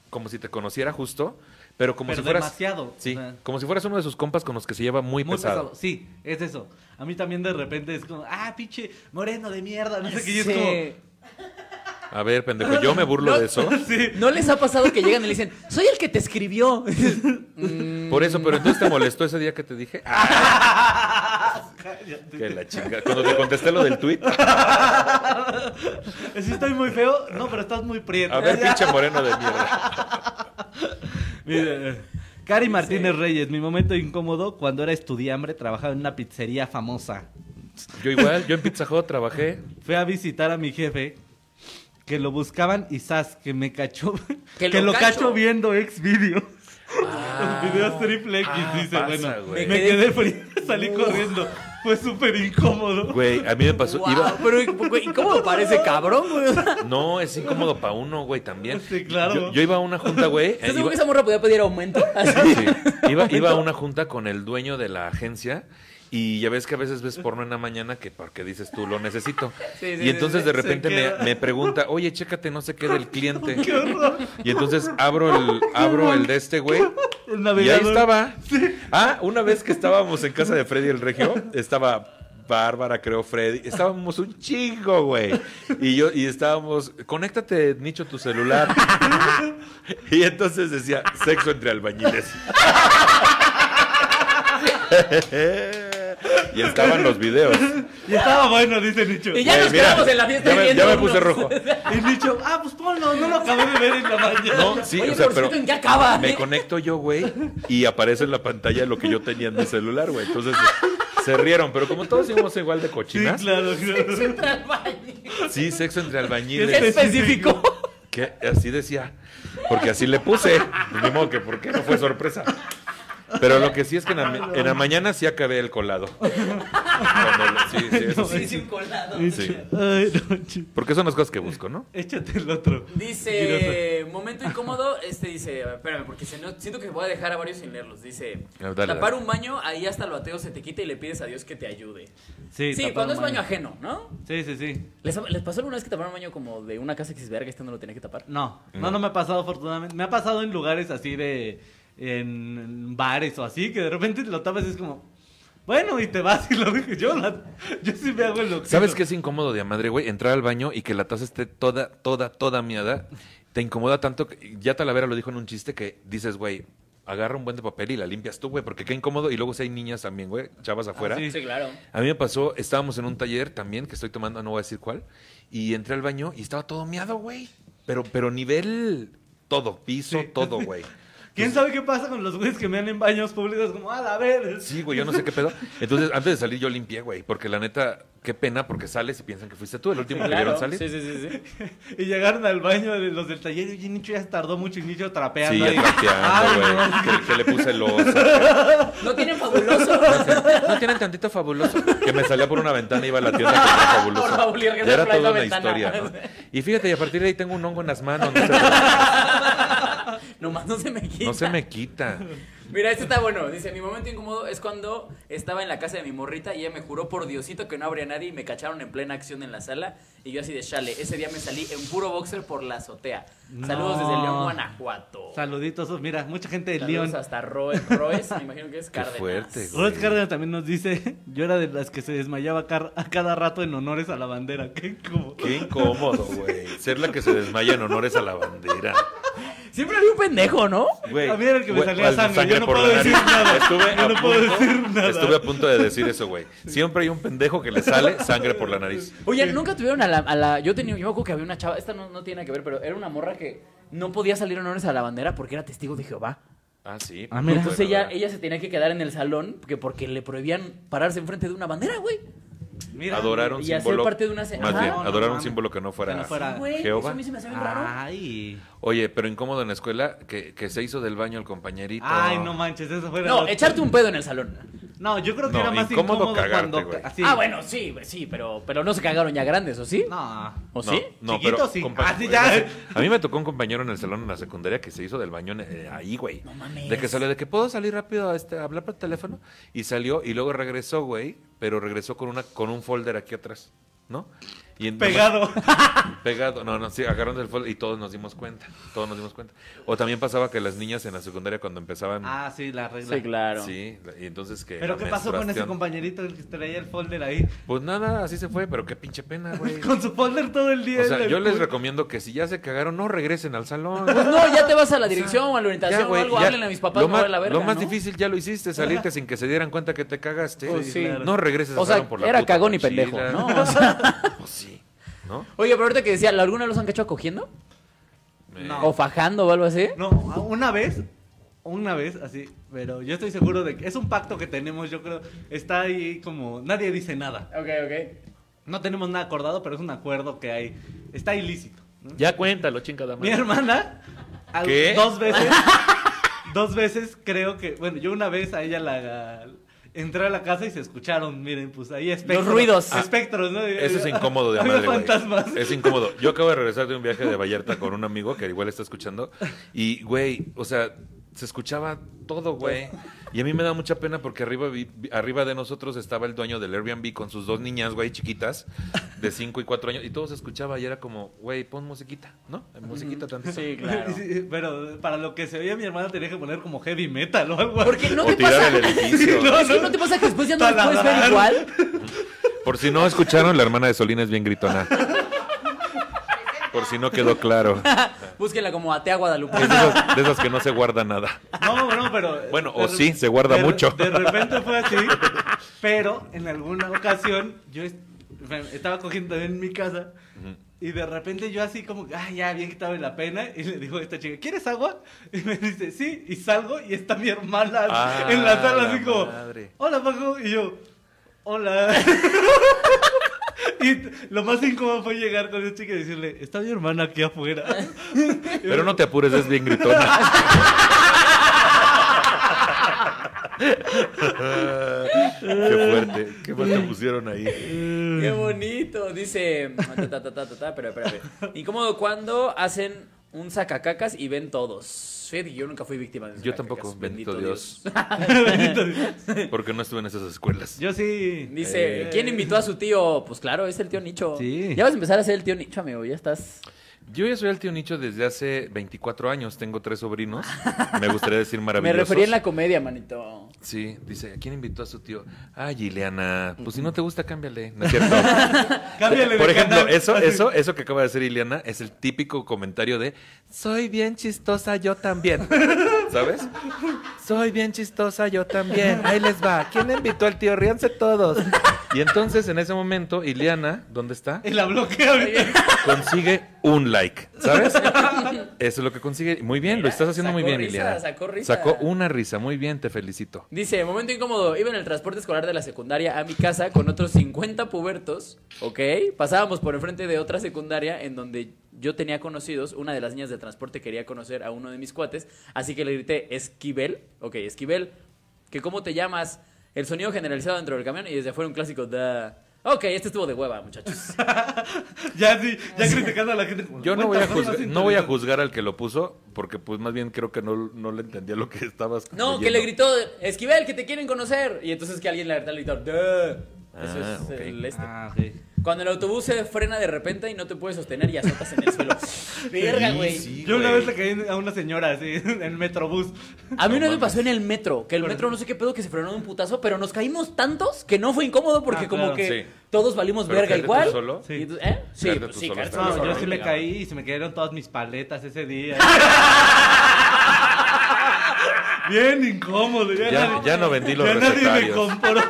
S3: como si te conociera justo, pero como
S1: Pero
S3: si fueras.
S1: demasiado,
S3: Sí,
S1: o sea.
S3: como si fueras uno de sus compas con los que se lleva muy,
S1: Muy
S3: pesado.
S1: pesado. Sí, es eso. A mí también de repente es como, ah, pinche moreno de mierda, no sé qué. Y es
S2: Sí.
S1: como,
S3: A ver, pendejo, yo me burlo de eso.
S1: Sí.
S2: ¿No les ha pasado que llegan y le dicen, soy el que te escribió? Mm,
S3: Por eso, pero entonces te molestó ese día que te dije. Ah,
S1: Cállate.
S3: que la chinga. Cuando te contesté lo del tweet.
S1: Sí, estoy muy feo. No, pero estás muy prieto.
S3: A ver, pinche moreno de mierda.
S1: Mira, eh, Cari Martínez Reyes, mi momento incómodo cuando era estudiambre, trabajaba en una pizzería famosa.
S3: Yo igual, yo en Pizza Hut trabajé.
S1: Fui a visitar a mi jefe, que lo buscaban y sas, que me cachó.
S2: Que
S1: Que
S2: lo
S1: lo,
S2: cacho.
S1: cacho. viendo ex videos.
S3: Ah.
S1: Los videos triple X,
S3: Ah,
S1: dice,
S3: pasa,
S1: bueno.
S3: güey.
S1: Me quedé frío, salí corriendo. Fue súper incómodo.
S3: Güey, a mí me pasó.
S2: wow,
S3: iba-
S2: pero güey, ¿cómo me parece cabrón, güey? ¿Estás
S3: no, es incómodo para uno, güey, también.
S1: Sí, claro.
S3: Yo, yo iba a una junta, güey. eh,
S2: seguro
S3: iba-
S2: que esa morra podía pedir aumento? Así.
S3: Sí. Iba, iba a una junta con el dueño de la agencia y ya ves que a veces ves porno en la mañana que porque dices tú lo necesito.
S2: Sí, sí,
S3: y entonces
S2: sí,
S3: de
S1: sí.
S3: repente
S1: Se
S3: me,
S1: queda.
S3: me pregunta, oye, chécate, no sé qué del cliente.
S1: Qué horror.
S3: Y entonces abro el, abro el de este güey.
S1: El
S3: Y ahí
S1: navegador.
S3: estaba. Ah, una vez que estábamos en casa de Freddy el Regio, estaba Bárbara, creo, Freddy. Estábamos un chingo, güey. Y yo, y estábamos, conéctate, Nicho, tu celular. Y entonces decía, sexo entre albañiles. Y estaban los videos.
S1: Y estaba bueno, dice Nicho.
S2: Y ya
S3: Güey,
S2: nos quedamos en la fiesta
S3: ya me,
S2: viendo
S3: ya me
S2: unos.
S3: puse rojo.
S1: Y Nicho, ah, pues ponlo, no lo acabé de ver en la mañana.
S3: No, sí,
S2: Oye,
S3: o sea,
S2: pero,
S3: pero
S2: ¿en qué acaba?
S3: me conecto yo, güey, y aparece en la pantalla lo que yo tenía en mi celular, güey. Entonces se rieron, pero como todos íbamos igual de
S1: Sí,
S3: cochinas, sí,
S1: claro, claro.
S3: sexo entre
S2: ¿Qué
S3: albañiles.
S2: específico?
S3: Que así decía, porque así le puse. Pues, Ni modo que por qué no fue sorpresa. Pero lo que sí es que en la, en la mañana sí acabé el colado. Cuando- sí, sí, eso sí.
S2: Sí, sí, un colado.
S1: Nicho,
S3: Sí.
S1: Ay, no, Nicho.
S3: Porque son las cosas que busco, ¿no?
S1: Échate el otro.
S2: Dice, momento incómodo, este dice, a ver, espérame, porque se no- siento que voy a dejar a varios sin leerlos. Dice,
S3: Ah, dale,
S2: tapar
S3: dale.
S2: un baño, ahí hasta lo ateo se te quita y le pides a Dios que te ayude. Sí,
S1: Sí, tapar
S2: cuando
S1: un
S2: es baño ajeno, ¿no?
S1: Sí, sí, sí.
S2: ¿Les, les pasó alguna vez que taparon un baño como de una casa que es verga y este no lo tenía que tapar?
S1: No, no,
S3: No.
S1: no, me ha pasado afortunadamente. Me ha pasado en lugares así de. en bares o así, que de repente lo tapas y es como. Bueno, y te vas y lo dije. Yo, la- yo sí me hago el loco.
S3: ¿Sabes qué es incómodo de a madre, güey? Entrar al baño y que la taza esté toda, toda, toda miada. Te incomoda tanto que ya Talavera lo dijo en un chiste que dices, güey, agarra un buen de papel y la limpias tú, güey, porque qué incómodo. Y luego si hay niñas también, güey, chavas afuera.
S1: Ah, sí.
S2: Sí, claro.
S3: A mí me pasó, estábamos en un taller también que estoy tomando, no voy a decir cuál, y entré al baño y estaba todo miado, güey. Pero, pero nivel todo, piso,
S1: Sí.
S3: todo, güey.
S1: ¿Quién sabe qué pasa con los güeyes que me dan en baños públicos? Como, a la ver.
S3: Sí, güey, yo no sé qué pedo. Entonces, antes de salir yo limpié, güey, porque la neta, qué pena, porque sales y piensan que fuiste tú el último que vieron salir.
S2: Sí, sí, sí, sí.
S1: Y llegaron al baño de los del taller. Y oye, Nicho ya se tardó mucho. Y Nicho trapeando.
S3: Sí,
S1: ahí.
S3: atrapeando,
S1: Ay, no.
S3: güey. Que, que le puse losa.
S2: No tienen fabuloso.
S3: ¿No tienen tantito fabuloso? Que me salía por una ventana y iba a la tienda que tenía fabuloso.
S2: Por favor, Lier, que
S3: Ya
S2: se
S3: era
S2: abra
S3: toda
S2: esa
S3: una
S2: ventana.
S3: historia, ¿no? Y fíjate, y a partir de ahí tengo un hongo en las manos. No se,
S2: Nomás no se me quita.
S3: no se me quita.
S2: Mira, este está bueno. Dice, mi momento incómodo es cuando estaba en la casa de mi morrita y ella me juró por Diosito que no habría nadie y me cacharon en plena acción en la sala y yo así de chale. Ese día me salí en puro boxer por la azotea. Saludos
S1: No.
S2: desde León, Guanajuato.
S1: Saluditos. oh, Mira, mucha gente de
S2: Saludos
S1: León.
S2: hasta Roe- Roes, me imagino que es Cárdenas.
S3: fuerte, güey.
S1: Rod Cárdenas también nos dice, yo era de las que se desmayaba car- a cada rato en honores a la bandera. Qué como...
S3: Qué incómodo, güey. Ser la que se desmaya en honores a la bandera.
S2: Siempre había un pendejo, ¿no?
S3: Güey,
S1: A mí era el que me
S3: güey,
S1: salía
S3: al-
S1: sangre, yo no
S3: por
S1: puedo
S3: la nariz.
S1: decir nada,
S3: Estuve
S1: yo
S3: a
S1: no puedo
S3: punto-
S1: decir nada.
S3: Estuve a punto de decir eso, güey. Siempre hay un pendejo que le sale sangre por la nariz.
S2: Oye, nunca tuvieron a la, a la- Yo tenía, yo me acuerdo que había una chava, esta no, no tiene nada que ver, pero era una morra que no podía salir en honores a la bandera porque era testigo de Jehová.
S3: Ah, sí.
S1: Ah, mira.
S2: Entonces ella, ella se tenía que quedar en el salón porque, porque le prohibían pararse enfrente de una bandera, güey.
S1: Mira,
S3: adorar un
S2: y hacer
S3: símbolo.
S2: parte de una ce-
S3: Más
S2: Ajá.
S3: bien,
S1: No, no
S3: adorar un
S1: mames.
S3: símbolo que no fuera.
S1: Que no fuera. Ah,
S2: Güey, eso
S3: Jehová. Ah,
S2: a mí se me hace bien raro.
S1: Ay.
S3: Oye, pero incómodo en la escuela que, que se hizo del baño el compañerito.
S1: Ay, no manches, eso fuera...
S2: No,
S1: lo-
S2: echarte un pedo en el salón.
S1: No, yo creo que
S3: No,
S1: era más
S3: incómodo
S1: incómodo,
S3: cagarte,
S1: cuando...
S3: güey.
S1: así.
S2: Ah, bueno, sí, güey, sí, pero, pero no se cagaron ya grandes, ¿o sí?
S1: No.
S2: ¿O
S3: No,
S2: sí?
S3: no,
S1: Chiquito,
S3: pero
S1: sí.
S3: compa-
S1: Ah, sí, ya.
S3: no sé. A mí me tocó un compañero en el salón en la secundaria que se hizo del baño en- eh, ahí, güey.
S2: No mames.
S3: De que salió, de que puedo salir rápido a, este, a hablar por teléfono. Y salió y luego regresó, güey. Pero regresó con, una, con un folder aquí atrás. ¿no? Y en-
S1: Pegado.
S3: Pegado, no, no, sí, agarrando el folio y todos nos dimos cuenta, todos nos dimos cuenta. O también pasaba que las niñas en la secundaria cuando empezaban,
S1: Ah, sí, la regla.
S2: Sí, claro.
S3: sí, la- y entonces que...
S1: Pero
S3: la
S1: ¿qué pasó con ese
S3: menstruación-
S1: compañerito que traía el folder ahí?
S3: Pues nada, así se fue, pero qué pinche pena, güey.
S1: Con su folder todo el día.
S3: O
S1: en
S3: sea,
S1: el
S3: yo les
S1: culo.
S3: recomiendo que si ya se cagaron, no regresen al salón.
S2: Pues no, ya te vas a la dirección o a la orientación
S3: Ya, güey,
S2: o algo,
S3: ya.
S2: háblenle a mis papás,
S3: Lo
S2: me
S3: más,
S2: voy a la verga,
S3: lo más
S2: ¿no?
S3: difícil ya lo hiciste, salirte sin que se dieran cuenta que te cagaste.
S2: Pues sí.
S3: No regreses
S2: O
S3: al
S2: sea,
S3: salón por la
S2: era
S3: puta
S2: cagón y
S3: mochila.
S2: pendejo, ¿no? O sea-
S3: Pues sí, ¿no?
S2: Oye, pero ahorita que decía, ¿la- ¿alguna los han cachado cogiendo?
S3: Eh,
S1: No.
S2: ¿O fajando o algo así?
S1: No, una vez, una vez, así, pero yo estoy seguro de que es un pacto que tenemos, yo creo, está ahí como, nadie dice nada.
S2: Ok, ok.
S1: No tenemos nada acordado, pero es un acuerdo que hay, está ilícito. ¿no?
S3: Ya cuéntalo, chingada
S1: Mi hermana, al-
S3: ¿Qué?
S1: dos veces, dos veces creo que, bueno, yo una vez a ella la... Entré a la casa y se escucharon, miren, pues ahí espectros.
S2: ruidos.
S1: Espectros, ¿no?
S3: Eso es incómodo de
S1: Había
S3: madre, güey.
S1: fantasmas.
S3: Es incómodo. Yo acabo de regresar de un viaje de Vallarta con un amigo que igual está escuchando. Y, güey, o sea, se escuchaba todo, güey. Y a mí me da mucha pena porque arriba, vi- vi- arriba de nosotros estaba el dueño del Airbnb con sus dos niñas, güey, chiquitas, de 5 y 4 años. Y todo se escuchaba y era como, güey, pon musiquita, ¿no? Musiquita tantito.
S2: Mm. Sí, claro.
S1: Sí, Pero para lo que se oía mi hermana tenía que poner como heavy metal o algo así.
S2: Porque no
S3: O
S2: te
S3: tirar
S2: pasa...
S3: el edificio.
S2: Es que no te pasa que después ya no lo puedes ver
S1: Taladrar.
S2: igual.
S3: Por si no escucharon, la hermana de Solina es bien gritona. Por si no quedó claro.
S2: Búsquenla como Atea Guadalupe.
S3: Es de esas- de esas que no se guarda nada.
S1: No, no, pero.
S3: Bueno,
S1: de
S3: o
S1: re-
S3: sí, se guarda
S1: de-
S3: mucho.
S1: De repente fue así. Pero en alguna ocasión, yo est- me- estaba cogiendo también en mi casa. Y de repente yo así como, ah, ya, bien quitado de la pena. Y le digo a esta chica, ¿quieres agua? Y me dice, sí. Y salgo y está mi hermana
S3: Ah,
S1: en la sala
S3: la
S1: así como,
S3: madre.
S1: hola, Paco. Y yo, hola. y t- lo más incómodo fue llegar con esa chica y decirle, está mi hermana aquí afuera.
S3: Pero no te apures, es bien gritona. qué fuerte, qué mal te pusieron ahí.
S2: Qué bonito. Dice. ta, ta, ta, ta, ta, pero espérate. Incómodo cuando hacen un sacacacas y ven todos. Fíjate que yo nunca fui víctima de un
S3: Yo
S2: sacacacas,
S3: tampoco, bendito Dios.
S1: Bendito Dios.
S3: Porque no estuve en esas escuelas.
S1: yo sí.
S2: Dice,
S1: Eh,
S2: ¿quién invitó a su tío? Pues claro, es el tío Nicho.
S1: Sí.
S2: Ya vas a empezar a ser el tío Nicho, amigo. Ya estás.
S3: Yo ya soy el tío Nicho desde hace 24 años. Tengo tres sobrinos. Me gustaría decir
S2: Me
S3: maravillosos.
S2: refería en la comedia, manito.
S3: Sí, dice, ¿a quién invitó a su tío? Ah, Ileana. Pues si no te gusta, cámbiale. No es cierto.
S1: Cámbiale de
S3: Por ejemplo,
S1: canal.
S3: eso,
S1: Así.
S3: eso, eso que acaba de hacer Ileana es el típico comentario de soy bien chistosa yo también. ¿Sabes? Soy bien chistosa yo también. Ahí les va. ¿Quién invitó al tío? Ríanse todos. Y entonces en ese momento, Ileana, ¿dónde está?
S1: Y la bloquea ahorita.
S3: Consigue un like. ¿Sabes? Eso es lo que consigue. Muy bien, lo
S2: Mira,
S3: estás haciendo muy
S2: sacó
S3: bien,
S2: risa,
S3: Ileana.
S2: sacó risa.
S3: Sacó una risa. Muy bien, te felicito.
S2: Dice, momento incómodo, iba en el transporte escolar de la secundaria a mi casa con otros 50 pubertos, ¿ok? Pasábamos por enfrente de otra secundaria en donde yo tenía conocidos, una de las niñas del transporte quería conocer a uno de mis cuates, así que le grité, Esquivel, ok, Esquivel, que cómo te llamas, el sonido generalizado dentro del camión y desde afuera un clásico da... Ok, este estuvo de hueva, muchachos.
S1: Ya sí, ya criticando a la gente. como,
S3: Yo no voy,
S1: "Cuenta
S3: a juzgar,
S1: formas
S3: no voy a juzgar al que lo puso, porque pues más bien creo que no, no le entendía lo que estabas
S2: No, que
S3: leyendo.
S2: le gritó, Esquivel, que te quieren conocer. Y entonces que alguien la verdad le gritó, "Da". Eso
S3: Ah,
S2: es
S3: ok.
S2: el este.
S1: Ah, ok.
S2: Cuando el autobús se frena de repente y no te puedes sostener y azotas en el suelo. Verga,
S3: Sí,
S2: güey.
S3: sí,
S1: Yo una vez
S3: güey.
S1: le caí a una señora así, en el metrobús.
S2: A mí una
S3: No
S2: vez
S3: mames.
S2: me pasó en el metro, que el metro no sé qué pedo que se frenó de un putazo, pero nos caímos tantos que no fue incómodo porque
S1: Ah,
S2: como
S1: claro.
S2: que
S3: Sí.
S2: todos valimos
S3: ¿Pero
S2: verga
S3: caerte tú
S2: igual.
S3: solo?
S2: Y entonces- ¿Eh? Sí,
S3: Caerte
S2: pues
S3: tú
S2: sí,
S3: solo
S2: caerte
S3: está
S2: tú
S1: No,
S3: bien.
S2: solo.
S1: yo sí le caí y se me cayeron todas mis paletas ese día. Bien incómodo. Ya,
S3: Ya-
S1: nadie,
S3: ya no vendí los
S1: ya nadie me
S3: recetarios.
S1: compró.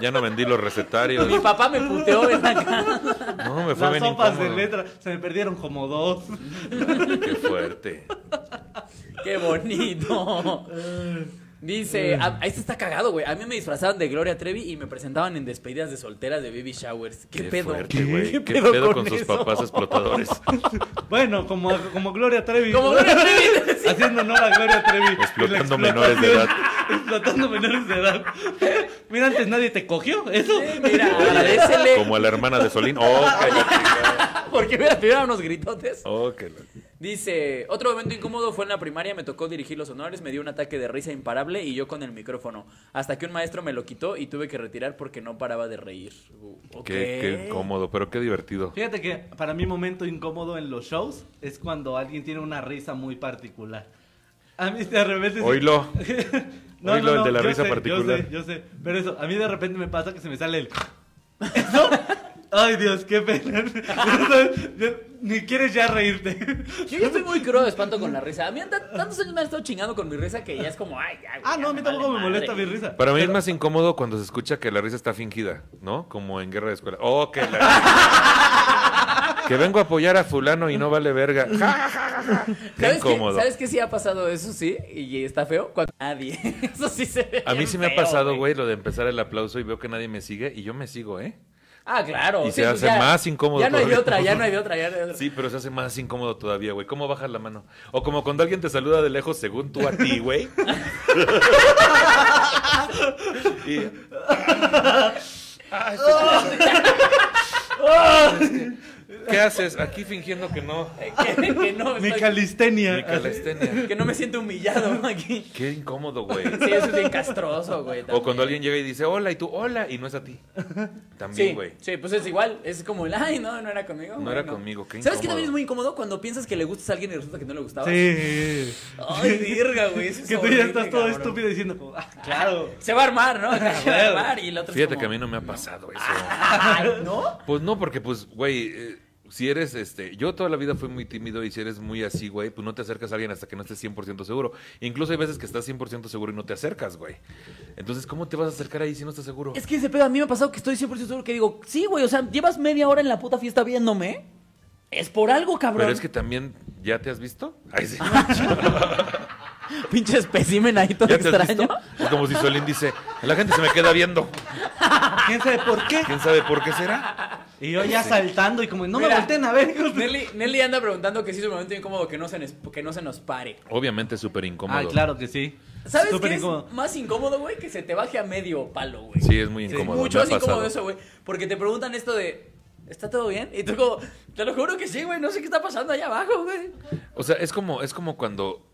S3: Ya no vendí los recetarios.
S2: Mi papá me puteó en la cara.
S3: No, me
S1: Las
S3: fue bien
S1: sopas
S3: incómodo.
S1: de letra se me perdieron como dos.
S3: Qué fuerte.
S2: Qué bonito. Dice, a- este está cagado, güey. A mí me disfrazaban de Gloria Trevi y me presentaban en despedidas de solteras de baby showers. Qué, pedo.
S3: fuerte, güey.
S2: ¿Qué
S3: ¿Qué
S2: pedo
S3: pedo
S2: con
S3: con sus
S2: eso?
S3: papás explotadores?
S1: Bueno, como, como Gloria Trevi.
S2: Como
S1: ¿no?
S2: Gloria Trevi.
S1: Haciendo honor a Gloria Trevi.
S3: Explotando
S1: Y la
S3: menores de edad.
S1: Explotando menores de edad. Mira, antes nadie te cogió. Eso.
S2: Sí, Mira, agradecele. Ah,
S3: Como a la hermana de Solín. Oh, que la chingada.
S2: Porque hubiera tenido unos gritotes.
S3: Oh, que la-
S2: Dice, otro momento incómodo fue en la primaria, me tocó dirigir los honores, me dio un ataque de risa imparable y yo con el micrófono, hasta que un maestro me lo quitó y tuve que retirar porque no paraba de reír. Uh, ok.
S3: Qué, qué incómodo, pero qué divertido.
S1: Fíjate que para mí momento incómodo en los shows es cuando alguien tiene una risa muy particular. A mí de repente...
S3: Oílo. Oílo, el de la
S1: yo
S3: risa
S1: sé,
S3: particular.
S1: Yo sé, yo sé. Pero eso, a mí de repente me pasa que se me sale el... ¿Eso? Ay, Dios, qué pena. Yo- Ni quieres ya reírte.
S2: Yo ya estoy muy crudo de espanto con la risa. A mí anda- tantos años me han estado chingando con mi risa que ya es como, ay, ya, güey,
S1: Ah,
S2: ya
S1: no, a mí tampoco
S2: vale
S1: me molesta mi
S2: madre".
S1: risa.
S3: Para mí
S1: Pero-
S3: es más incómodo cuando se escucha que la risa está fingida, ¿no? Como en Guerra de Escuela. Oh, que la- que vengo a apoyar a fulano y no vale verga. Ja, ja, ja, ja, ja. Qué
S2: ¿Sabes qué,
S3: incómodo.
S2: ¿Sabes qué sí ha pasado? Eso sí, y está feo. Cuando nadie. Eso sí se ve
S3: A mí
S2: bien
S3: sí me ha
S2: feo,
S3: pasado, güey, lo de empezar el aplauso y veo que nadie me sigue y yo me sigo, ¿eh?
S2: Ah, claro.
S3: Y se hace más incómodo
S2: Ya no hay de
S3: todavía.
S2: otra, ya no hay de otra, ya no hay de otra.
S3: Sí, pero se hace más incómodo todavía, güey. ¿Cómo bajas la mano? O como cuando alguien te saluda de lejos según tú a ti, güey. Y- Ah, sí. ¿Qué haces? Aquí fingiendo que no.
S2: que, que no,
S1: Mi
S2: estoy-
S1: calistenia.
S3: Mi calistenia.
S2: que no me siento humillado aquí.
S3: Qué incómodo, güey.
S2: Sí, eso es bien castroso, güey.
S3: O
S2: también.
S3: cuando alguien llega y dice hola y tú hola y no es a
S2: Sí,
S3: ti. También, güey.
S2: sí, pues es igual. Es como el, ay, no, no era conmigo.
S3: No
S2: güey,
S3: era conmigo, qué
S2: ¿Sabes qué
S3: incómodo.
S2: también es muy incómodo cuando piensas que le gustas a alguien y resulta que no le gustaba?
S1: Sí.
S2: Ay, virga, güey. eso es
S1: Que tú
S2: horrible,
S1: ya estás todo
S2: cabrón.
S1: estúpido diciendo, como, ah, claro.
S2: Se va a armar, ¿no? Se va a armar y el otro es
S3: Fíjate
S2: como,
S3: que a mí no me ha pasado eso.
S2: "Ah, ¿no?
S3: Pues no, porque pues, güey, eh, si eres, este, yo toda la vida fui muy tímido y si eres muy así, güey, pues no te acercas a alguien hasta que no estés 100% seguro. Incluso hay veces que estás 100% seguro y no te acercas, güey. Entonces, ¿cómo te vas a acercar ahí si no estás seguro?
S2: Es que ese pedo a mí me ha pasado que estoy 100% seguro que digo, sí, güey, o sea, llevas media hora en la puta fiesta viéndome. Es por algo, cabrón. Ah,
S3: Pero es que también, ¿ya te has visto? Ay, sí.
S2: Pinche espécimen ahí todo
S3: ¿Ya te has
S2: extraño.
S3: visto? Es como si Solín dice, la gente se me queda viendo.
S1: ¿Quién sabe por qué?
S3: ¿Quién sabe por qué será?
S1: Y yo ya saltando y como, no
S2: Mira.
S1: me volteen a ver.
S2: Nelly, Nelly anda preguntando que sí es un momento incómodo que no se, nes- que no se nos pare.
S3: Obviamente súper incómodo.
S1: Ah, claro que sí.
S2: ¿Sabes
S1: Súper
S2: qué
S1: incómodo.
S2: es más incómodo, güey? Que se te baje a medio palo, güey.
S3: Sí, es muy incómodo.
S2: Mucho
S3: me ha
S2: más incómodo
S3: pasado.
S2: eso, güey. Porque te preguntan esto de, ¿está todo bien? Y tú como, te lo juro que sí, güey, no sé qué está pasando allá abajo, güey.
S3: O sea, es como, es como cuando,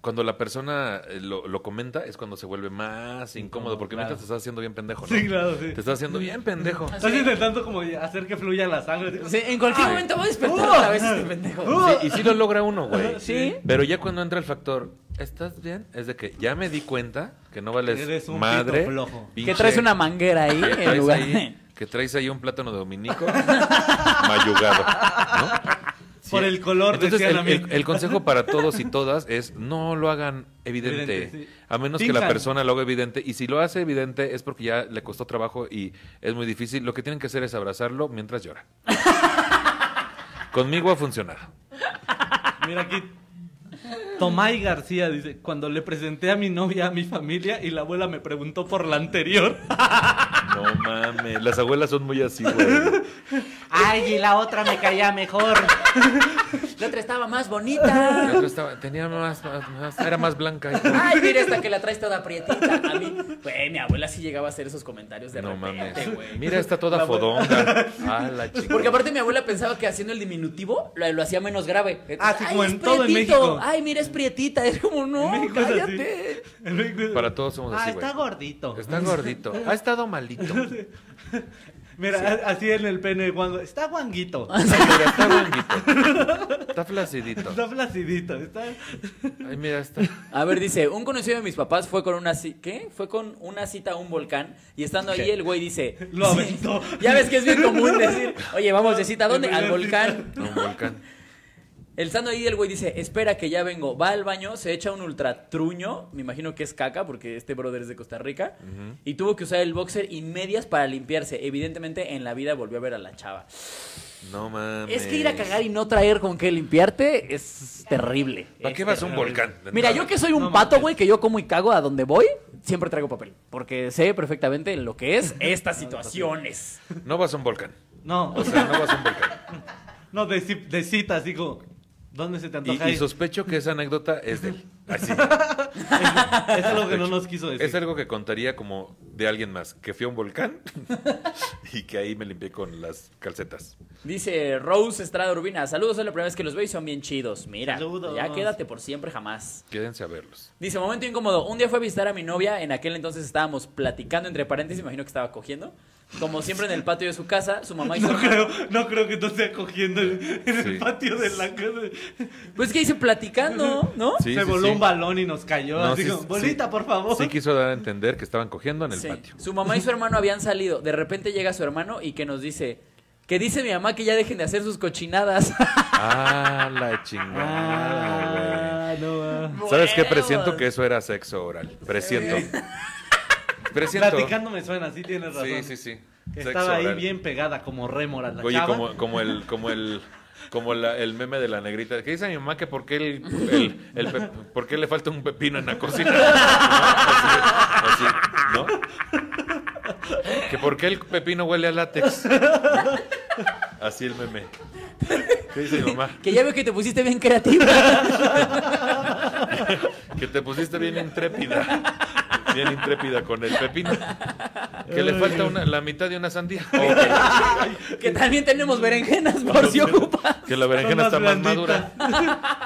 S3: cuando la persona eh, lo, lo comenta, es cuando se vuelve más incómodo,
S1: Incómodo,
S3: porque
S1: claro.
S3: mientras te estás haciendo bien pendejo, ¿no?
S1: Sí, claro, sí.
S3: Te estás haciendo bien pendejo.
S1: Estás intentando como hacer que fluya la sangre.
S2: Sí, en cualquier
S3: Ah.
S2: momento voy a despertar
S1: Uh.
S2: otra vez este pendejo.
S1: Uh.
S3: Sí, y sí lo logra uno, güey.
S2: Sí.
S3: Pero ya cuando entra el factor, ¿estás bien? Es de que ya me di cuenta que no vales
S1: Eres un
S3: madre.
S1: pito flojo.
S3: pinche-
S2: manguera ahí
S3: que traes ahí- que traes ahí un plátano dominico mayugado. ¿no? Sí.
S1: Por el color,
S3: Entonces,
S1: decían
S3: el,
S1: a mí.
S3: el- el consejo para todos y todas es no lo hagan evidente.
S1: Evidente, sí.
S3: A menos que la
S1: Finjan.
S3: persona lo haga evidente. Y si lo hace evidente es porque ya le costó trabajo y es muy difícil. Lo que tienen que hacer es abrazarlo mientras llora. Conmigo ha funcionado.
S1: Mira aquí. Tomay García dice, cuando le presenté a mi novia a mi familia y la abuela me preguntó por la anterior.
S3: No mames. Las abuelas son muy así, güey.
S1: Ay, y la otra me caía mejor.
S2: La otra estaba más
S3: La otra
S2: bonita.
S3: estaba- tenía más, más- más- Era más blanca.
S2: Ay, mira esta que la traes toda prietita. A mí, güey, mi abuela sí llegaba a hacer esos comentarios de
S3: No
S2: repente,
S3: mames.
S2: güey.
S3: Mira, está toda fodonga. Ah, la chica.
S2: Porque aparte mi abuela pensaba que haciendo el diminutivo lo, lo hacía menos grave. Entonces,
S1: Ah, sí,
S2: "Ay,
S1: como
S2: es
S1: en todo en
S2: prietito.
S1: México.
S2: Ay, mira, es prietita. Es como, no,
S1: En México es así.
S2: cállate.
S3: Para todos somos
S1: Ah,
S3: así, güey.
S1: está gordito.
S3: Está gordito. Ha estado malito.
S1: Mira, a- así en el pene de Juan. Está guanguito.
S3: Ay, mira, está bonito. Está flacidito.
S1: Está flacidito. Está...
S3: Ay, mira, está.
S2: A ver, dice, un conocido de mis papás fue con una cita, ¿qué? Fue con una cita a un volcán y estando ahí el güey dice,
S1: Lo
S2: "Sí".
S1: aventó.
S2: Ya ves que es bien común decir, "Oye, vamos de cita, ¿a dónde?
S1: De
S2: Al
S1: primera
S2: volcán."
S3: Un volcán.
S2: El estando ahí el güey dice, "Espera que ya vengo." Va al baño, se echa un ultratruño, me imagino que es caca porque este brother es de Costa Rica, y tuvo que usar el boxer y medias para limpiarse. Evidentemente en la vida volvió a ver a la chava.
S3: No mames.
S2: Es que ir a cagar y no traer con qué limpiarte es terrible.
S3: ¿Para
S2: Es
S3: qué vas a un volcán?
S2: este, Mira, yo que soy un
S1: No
S2: pato,
S1: mames.
S2: güey, que yo como y cago a donde voy, siempre traigo papel. Porque sé perfectamente lo que es estas situaciones.
S3: No vas a un volcán.
S1: No,
S3: O sea, no vas a un volcán.
S1: no, de, ci- de citas, digo. ¿Dónde se te antoja?
S3: Y, y
S1: ir?
S3: sospecho que esa anécdota es de él. Así.
S1: Es algo que no nos quiso decir.
S3: Es algo que contaría como de alguien más, que fui a un volcán y que ahí me limpié con las calcetas.
S2: Dice Rose Estrada Urbina, saludos, es la primera vez que los veo y son bien chidos. Mira,
S1: Saludos.
S2: ya quédate por siempre jamás.
S3: Quédense a verlos.
S2: Dice, momento incómodo. Un día fue a visitar a mi novia. En aquel entonces estábamos platicando, entre paréntesis, imagino que estaba cogiendo. Como siempre en el patio de su casa, su mamá y su
S1: No
S2: hermano-
S1: creo, no creo que no esté cogiendo en, en
S3: Sí.
S1: el patio de la casa.
S2: Pues que dice platicando, ¿no?
S3: Sí,
S1: Se
S3: sí,
S1: voló
S3: sí.
S1: un balón y nos cayó.
S3: No,
S1: así
S3: sí,
S1: como,
S3: sí.
S1: bolita, por favor.
S3: Sí quiso dar a entender que estaban cogiendo en el
S2: Sí.
S3: patio.
S2: Su mamá y su hermano habían salido. De repente llega su hermano y que nos dice, que dice mi mamá que ya dejen de hacer sus cochinadas.
S3: Ah, la chingada,
S1: Ah, no, ah.
S3: güey. ¿Sabes qué?
S2: Huevos.
S3: Presiento que eso era sexo oral. Presiento. Presiento.
S1: Platicando me suena, sí tienes razón.
S3: Sí, sí, sí.
S1: Que
S3: Sexo
S1: Estaba ahí
S3: oral.
S1: bien pegada como rémora la
S3: Oye,
S1: chava.
S3: como, como el, como el, como la- el meme de la negrita. ¿Qué dice mi mamá que por qué el, el- el pe- por qué le falta un pepino en la cocina? ¿No? Así, así, ¿no? Que por qué el pepino huele a látex. ¿no? Así el meme. ¿Qué dice mi mamá?
S2: que ya veo que te pusiste bien creativa.
S3: Que te pusiste bien intrépida. Bien intrépida con el pepino. Que le falta una- la mitad de una sandía. Ok.
S2: que también tenemos berenjenas por si ocupa.
S3: Que la berenjena está
S1: Son
S3: más
S1: más
S3: madura.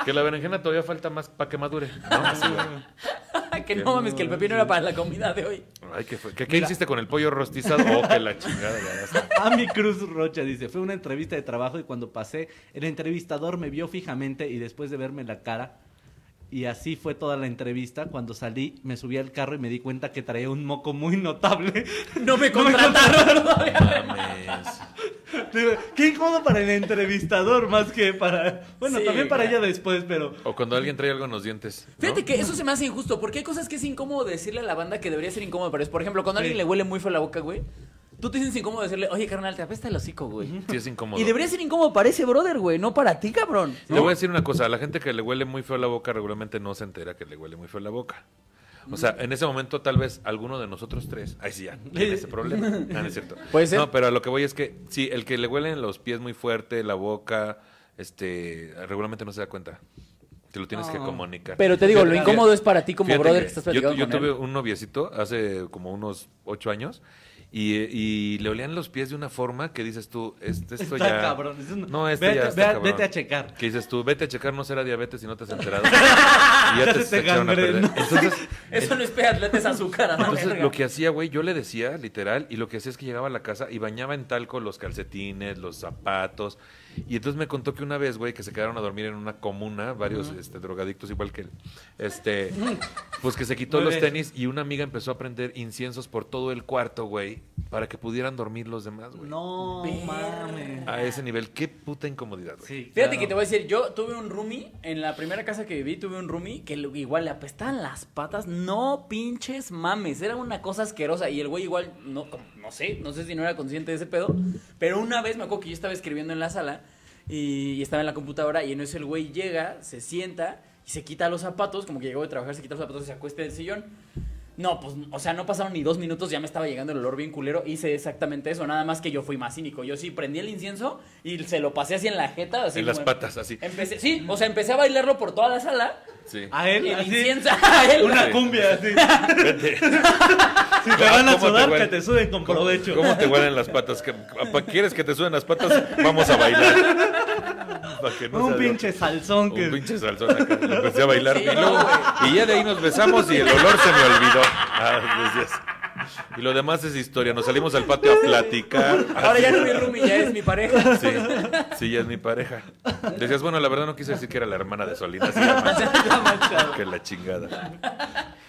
S3: Que la berenjena todavía falta más para que madure. ¿no?
S2: Ah,
S3: Así, güey.
S2: que no mames, que el pepino era para la comida de hoy.
S3: Ay, ¿qué, fue? ¿Qué, qué hiciste con el pollo rostizado? Oh, que la chingada. ya está.
S1: Ami Cruz Rocha dice, fue una entrevista de trabajo y cuando pasé, el entrevistador me vio fijamente y después de verme la cara, y así fue toda la entrevista, cuando salí me subí al carro y me di cuenta que traía un moco muy notable.
S2: No me contrataron.
S3: Mames.
S1: Digo, Qué incómodo para el entrevistador más que para... Bueno,
S2: Sí,
S1: también para
S2: claro.
S1: ella después, pero...
S3: O cuando alguien trae algo en los dientes. ¿no?
S2: Fíjate que eso se me hace injusto, porque hay cosas que es incómodo decirle a la banda que debería ser incómodo, pero es, por ejemplo, cuando a alguien
S1: Sí.
S2: le huele muy feo la boca, güey, tú te sientes incómodo decirle, oye, carnal, te apesta el hocico, güey.
S3: Sí es incómodo.
S2: Y debería ser incómodo para ese brother, güey, no para ti, cabrón.
S3: Te voy a decir una cosa, a la gente que le huele muy feo la boca regularmente no se entera que le huele muy feo la boca. O sea, en ese momento tal vez alguno de nosotros tres, ahí sí ya, tiene ese problema. No, no es cierto.
S5: Puede ser.
S3: No, pero a lo que voy es que sí, el que le huelen los pies muy fuerte, la boca, este, regularmente no se da cuenta. Te lo tienes que comunicar.
S5: Oh. Pero te digo, lo
S3: Fíjate-
S5: incómodo es para ti como
S3: fíjate
S5: brother que estás
S3: yo,
S5: platicando
S3: yo
S5: con
S3: tuve
S5: él.
S3: un noviecito hace como unos ocho años y, eh, y le olían los pies de una forma que dices tú, este, esto
S1: Está
S3: ya...
S1: cabrón, es una-
S3: No, este
S1: vete-
S3: ya está
S1: ve a-
S3: cabrón.
S1: vete a checar.
S3: Que dices tú, vete a checar, no será diabetes si no te has enterado. y ya,
S1: Ya
S3: te,
S1: se te
S3: echaron a perder.
S1: gangrenó.
S3: Entonces,
S2: Eso no es peatletes azúcar, a la
S3: entonces
S2: verga.
S3: lo que hacía, güey, yo le decía, literal, y lo que hacía es que llegaba a la casa y bañaba en talco los calcetines, los zapatos. Y entonces me contó que una vez, güey, que se quedaron a dormir en una comuna, varios este, drogadictos igual que él, este, pues que se quitó
S1: Muy
S3: los
S1: bien.
S3: tenis y una amiga empezó a prender inciensos por todo el cuarto, güey, para que pudieran dormir los demás, güey.
S1: No,
S2: Verga.
S1: mames.
S3: A ese nivel, qué puta incomodidad, güey.
S1: Sí,
S2: Fíjate
S1: claro.
S2: que te voy a decir, yo tuve un roomie, en la primera casa que viví tuve un roomie que lo- igual le apestaban las patas, no pinches mames, era una cosa asquerosa y el güey igual, no, como- no sé, no sé si no era consciente de ese pedo, pero una vez me acuerdo que yo estaba escribiendo en la sala y, y estaba en la computadora y en eso el güey llega, se sienta y se quita los zapatos, como que llegó de trabajar, se quita los zapatos y se acuesta en el sillón. No, pues, o sea, no pasaron ni dos minutos, ya me estaba llegando el olor bien culero. Hice exactamente eso, nada más que yo fui más cínico. Yo sí prendí el incienso y se lo pasé así en la jeta. Así
S3: En las
S2: como-
S3: patas, así.
S1: Eh,
S2: Empecé, sí, o sea, empecé a bailarlo por toda la sala.
S3: Sí.
S1: A él,
S2: El
S1: así,
S2: incienso a él.
S1: una
S3: Sí.
S1: cumbia, así. Si te van a
S3: ¿Cómo
S1: sudar,
S3: huelen?
S1: que te suden con
S3: ¿Cómo-
S1: provecho.
S3: ¿Cómo te huelen las patas? ¿Qué- pa- ¿Quieres que te suden las patas? Vamos a bailar. Pa' que no
S1: Un
S3: sea-
S1: pinche salsón que...
S3: Un pinche salsón acá. Lo Empecé a bailar.
S2: Sí,
S3: y, luego-
S2: no,
S3: y ya de ahí nos besamos y el olor se me olvidó. Ah, gracias. Y lo demás es historia. Nos salimos al patio a platicar.
S2: Ahora ya no mi roomie, ya es mi pareja.
S3: Sí, sí, ya es mi pareja. Decías, bueno, la verdad no quise decir que era la hermana de Solina. sí, la mancha. que la chingada.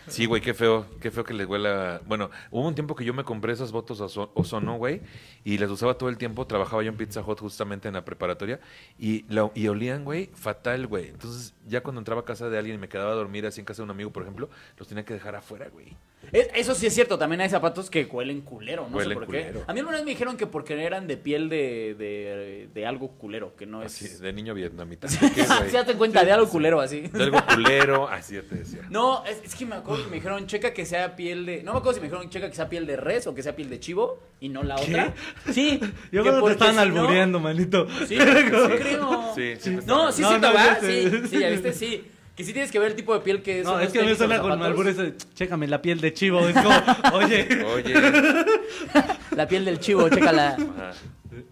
S3: Sí, güey, qué feo, qué feo que les huela. Bueno, hubo un tiempo que yo me compré esas botas ozo- ozono, güey, y las usaba todo el tiempo. Trabajaba yo en Pizza Hut justamente en la preparatoria y, la- y olían, güey, fatal, güey. Entonces, ya cuando entraba a casa de alguien y me quedaba a dormir así en casa de un amigo, por ejemplo, los tenía que dejar afuera, güey.
S2: Es- Eso sí es cierto, también hay zapatos que huelen culero, no
S3: Huelen
S2: sé por
S3: culero.
S2: qué. A mí alguna vez me dijeron que porque eran de piel de, de, de algo culero, que no es...
S3: Así, de niño vietnamita. ¿Qué,
S2: Se
S3: güey?
S2: te cuenta de algo culero así.
S3: De algo culero, así te decía.
S2: No, es, es que me acuerdo que me dijeron checa que sea piel de. No me acuerdo si me dijeron checa que sea piel de res o que sea piel de chivo y no la otra. Sí.
S1: Yo
S2: que
S1: creo que te
S2: porque
S1: estaban
S2: si no-
S1: albureando, manito.
S2: Sí, sí, creo.
S3: Sí, sí, me
S2: No,
S3: estaban-
S2: sí,
S1: No,
S2: cierto,
S1: no,
S2: ¿verdad?
S1: yo
S2: Sí,
S1: sé.
S2: sí, ya viste, sí. Que sí tienes que ver el tipo de piel que
S1: No,
S2: son
S1: es
S2: los
S1: que a mí me
S2: tenis o
S1: suena
S2: los
S1: con
S2: zapatos.
S1: albures de, chécame la piel de chivo. Es como, oye.
S3: Oye.
S6: La piel del chivo, chécala.
S3: ajá.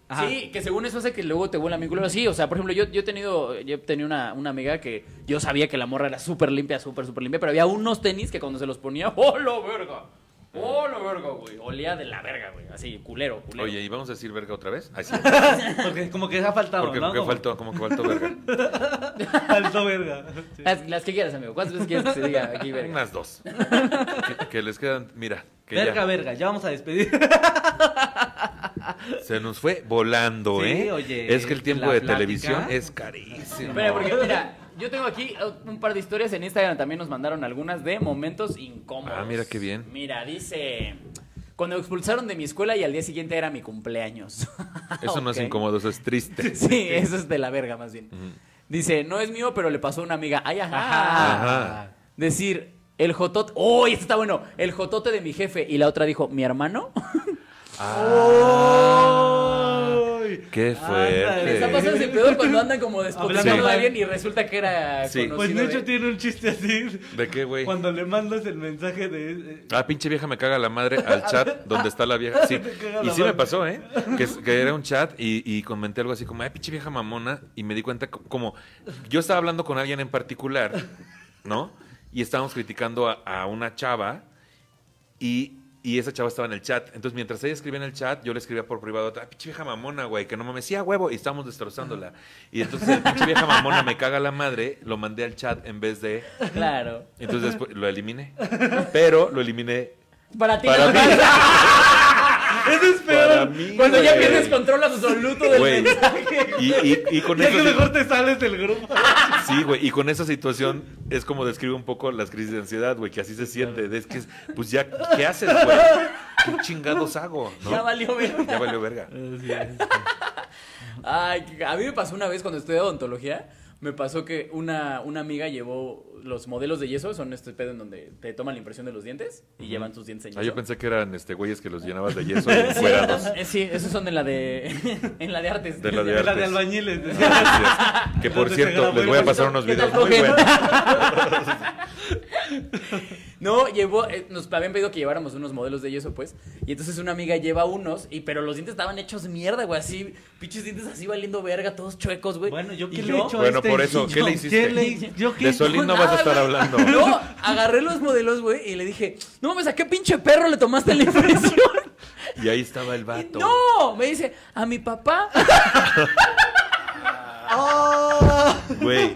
S1: Ajá.
S2: Sí, que según eso hace que luego te vuela mi culo. Sí, o sea, por ejemplo, yo, yo he tenido, yo he tenido una, una amiga que yo sabía que la morra era súper limpia, súper, súper limpia, pero había unos tenis que cuando se los ponía, ¡oh, la verga! ¡Oh, la verga, güey! Olía de la verga, güey. Así, culero, culero.
S3: Oye, ¿y vamos a decir verga otra vez? Ay, sí.
S1: Porque como que ha faltado,
S3: Porque,
S1: ¿no?
S3: porque
S1: Como-
S3: faltó, como que faltó verga.
S1: Faltó verga.
S3: Este,
S1: Sí.
S2: Las, las que quieras, amigo. ¿Cuántas veces quieres que se diga aquí, verga?
S3: Unas dos. que, que les quedan, mira, que
S1: Verga,
S3: ya
S1: verga, ya vamos a despedir.
S3: se nos fue volando,
S1: Sí,
S3: ¿eh?
S1: oye,
S3: es que el tiempo
S1: la
S3: de
S1: plática.
S3: televisión es carísimo.
S2: Espera, porque mira, yo tengo aquí uh, un par de historias en Instagram, también nos mandaron algunas de momentos incómodos.
S3: Ah, mira qué bien.
S2: Mira, dice, cuando me expulsaron de mi escuela y al día siguiente era mi cumpleaños.
S3: Eso no es
S2: Ok.
S3: incómodo, eso es triste.
S2: Sí, eso es de la verga más bien. Dice, no es mío, pero le pasó a una amiga. Ay, ajá.
S3: Ajá.
S2: Decir, el jotote. ¡Uy, este está bueno! El jotote de mi jefe. Y la otra dijo, ¿mi hermano?
S1: Ay.
S3: Ah.
S1: Pues
S3: Qué fuerte.
S1: Ándale.
S2: Les ha pasado ese pedo cuando andan como despotricando
S1: Hablando
S2: a
S1: mal.
S2: alguien y resulta que era
S3: Sí.
S2: conocido.
S1: Pues
S2: de-
S1: Nacho tiene un chiste así.
S3: ¿De qué, güey?
S1: Cuando le mandas el mensaje de. eh,
S3: Ah, pinche vieja me caga la madre al chat donde está la vieja. Sí.
S1: Te caga
S3: Y
S1: la
S3: sí me
S1: madre.
S3: pasó, ¿eh? Que, es- que era un chat y, y comenté algo así como, ay, pinche vieja mamona. Y me di cuenta co- como, yo estaba hablando con alguien en particular, ¿no? Y estábamos criticando a, a una chava y, y esa chava estaba en el chat. Entonces, mientras ella escribía en el chat, yo le escribía por privado, ah, pinche vieja mamona, güey, que no mames, sí, a huevo. Y estábamos destrozándola. Y entonces, el pinche vieja mamona me caga la madre, lo mandé al chat en vez de...
S2: Claro.
S3: Entonces, después lo eliminé. Pero lo eliminé
S2: Para ti.
S3: para
S2: no-
S3: mí.
S1: Eso es peor.
S3: Para mí,
S2: Cuando ya
S3: güey.
S2: pierdes control absoluto del
S3: Güey.
S2: mensaje.
S3: Y, y- y con
S1: Ya que
S3: eso.
S1: mejor te sales del grupo.
S3: Sí, güey. Y con esa situación es como describe un poco las crisis de ansiedad, güey, que así se siente. de Es que, es- pues ya, ¿qué haces, güey? ¿Qué chingados hago? ¿no?
S2: Ya valió verga.
S3: Ya valió verga.
S2: Ay, que- a mí me pasó una vez cuando estudié odontología, me pasó que una, una amiga llevó los modelos de yeso, son este pedo en donde te toman la impresión de los dientes y llevan tus dientes en yeso.
S3: Ah, yo pensé que eran este güeyes que los llenabas de yeso y encuerados.
S2: Eh, Sí, esos son de la de en la de artes.
S3: De la de
S1: La de
S3: artes.
S1: albañiles.
S3: No,
S1: decía.
S3: gracias. Que por
S1: Entonces,
S3: cierto,
S1: grabó
S3: les
S1: el
S3: voy a
S1: güey.
S3: pasar unos
S2: ¿Qué tal
S3: videos muy
S2: cogen?
S3: buenos.
S2: No, llevó eh, nos habían pedido que lleváramos unos modelos de yeso, pues, y entonces una amiga lleva unos y pero los dientes estaban hechos mierda, güey, así pinches dientes así valiendo verga, todos chuecos, güey.
S1: Bueno, ¿yo
S2: Y
S1: qué le he hecho a
S3: Bueno,
S1: este
S3: por eso, ¿qué le
S1: niño?
S3: hiciste?
S1: le- yo qué-
S3: De Solín no vas a estar hablando.
S2: No, agarré los modelos, güey, y le dije, no mames, ¿a qué pinche perro le tomaste la impresión?
S3: Y ahí estaba el
S2: Y
S3: vato.
S2: no, me dice, a mi papá.
S3: Güey,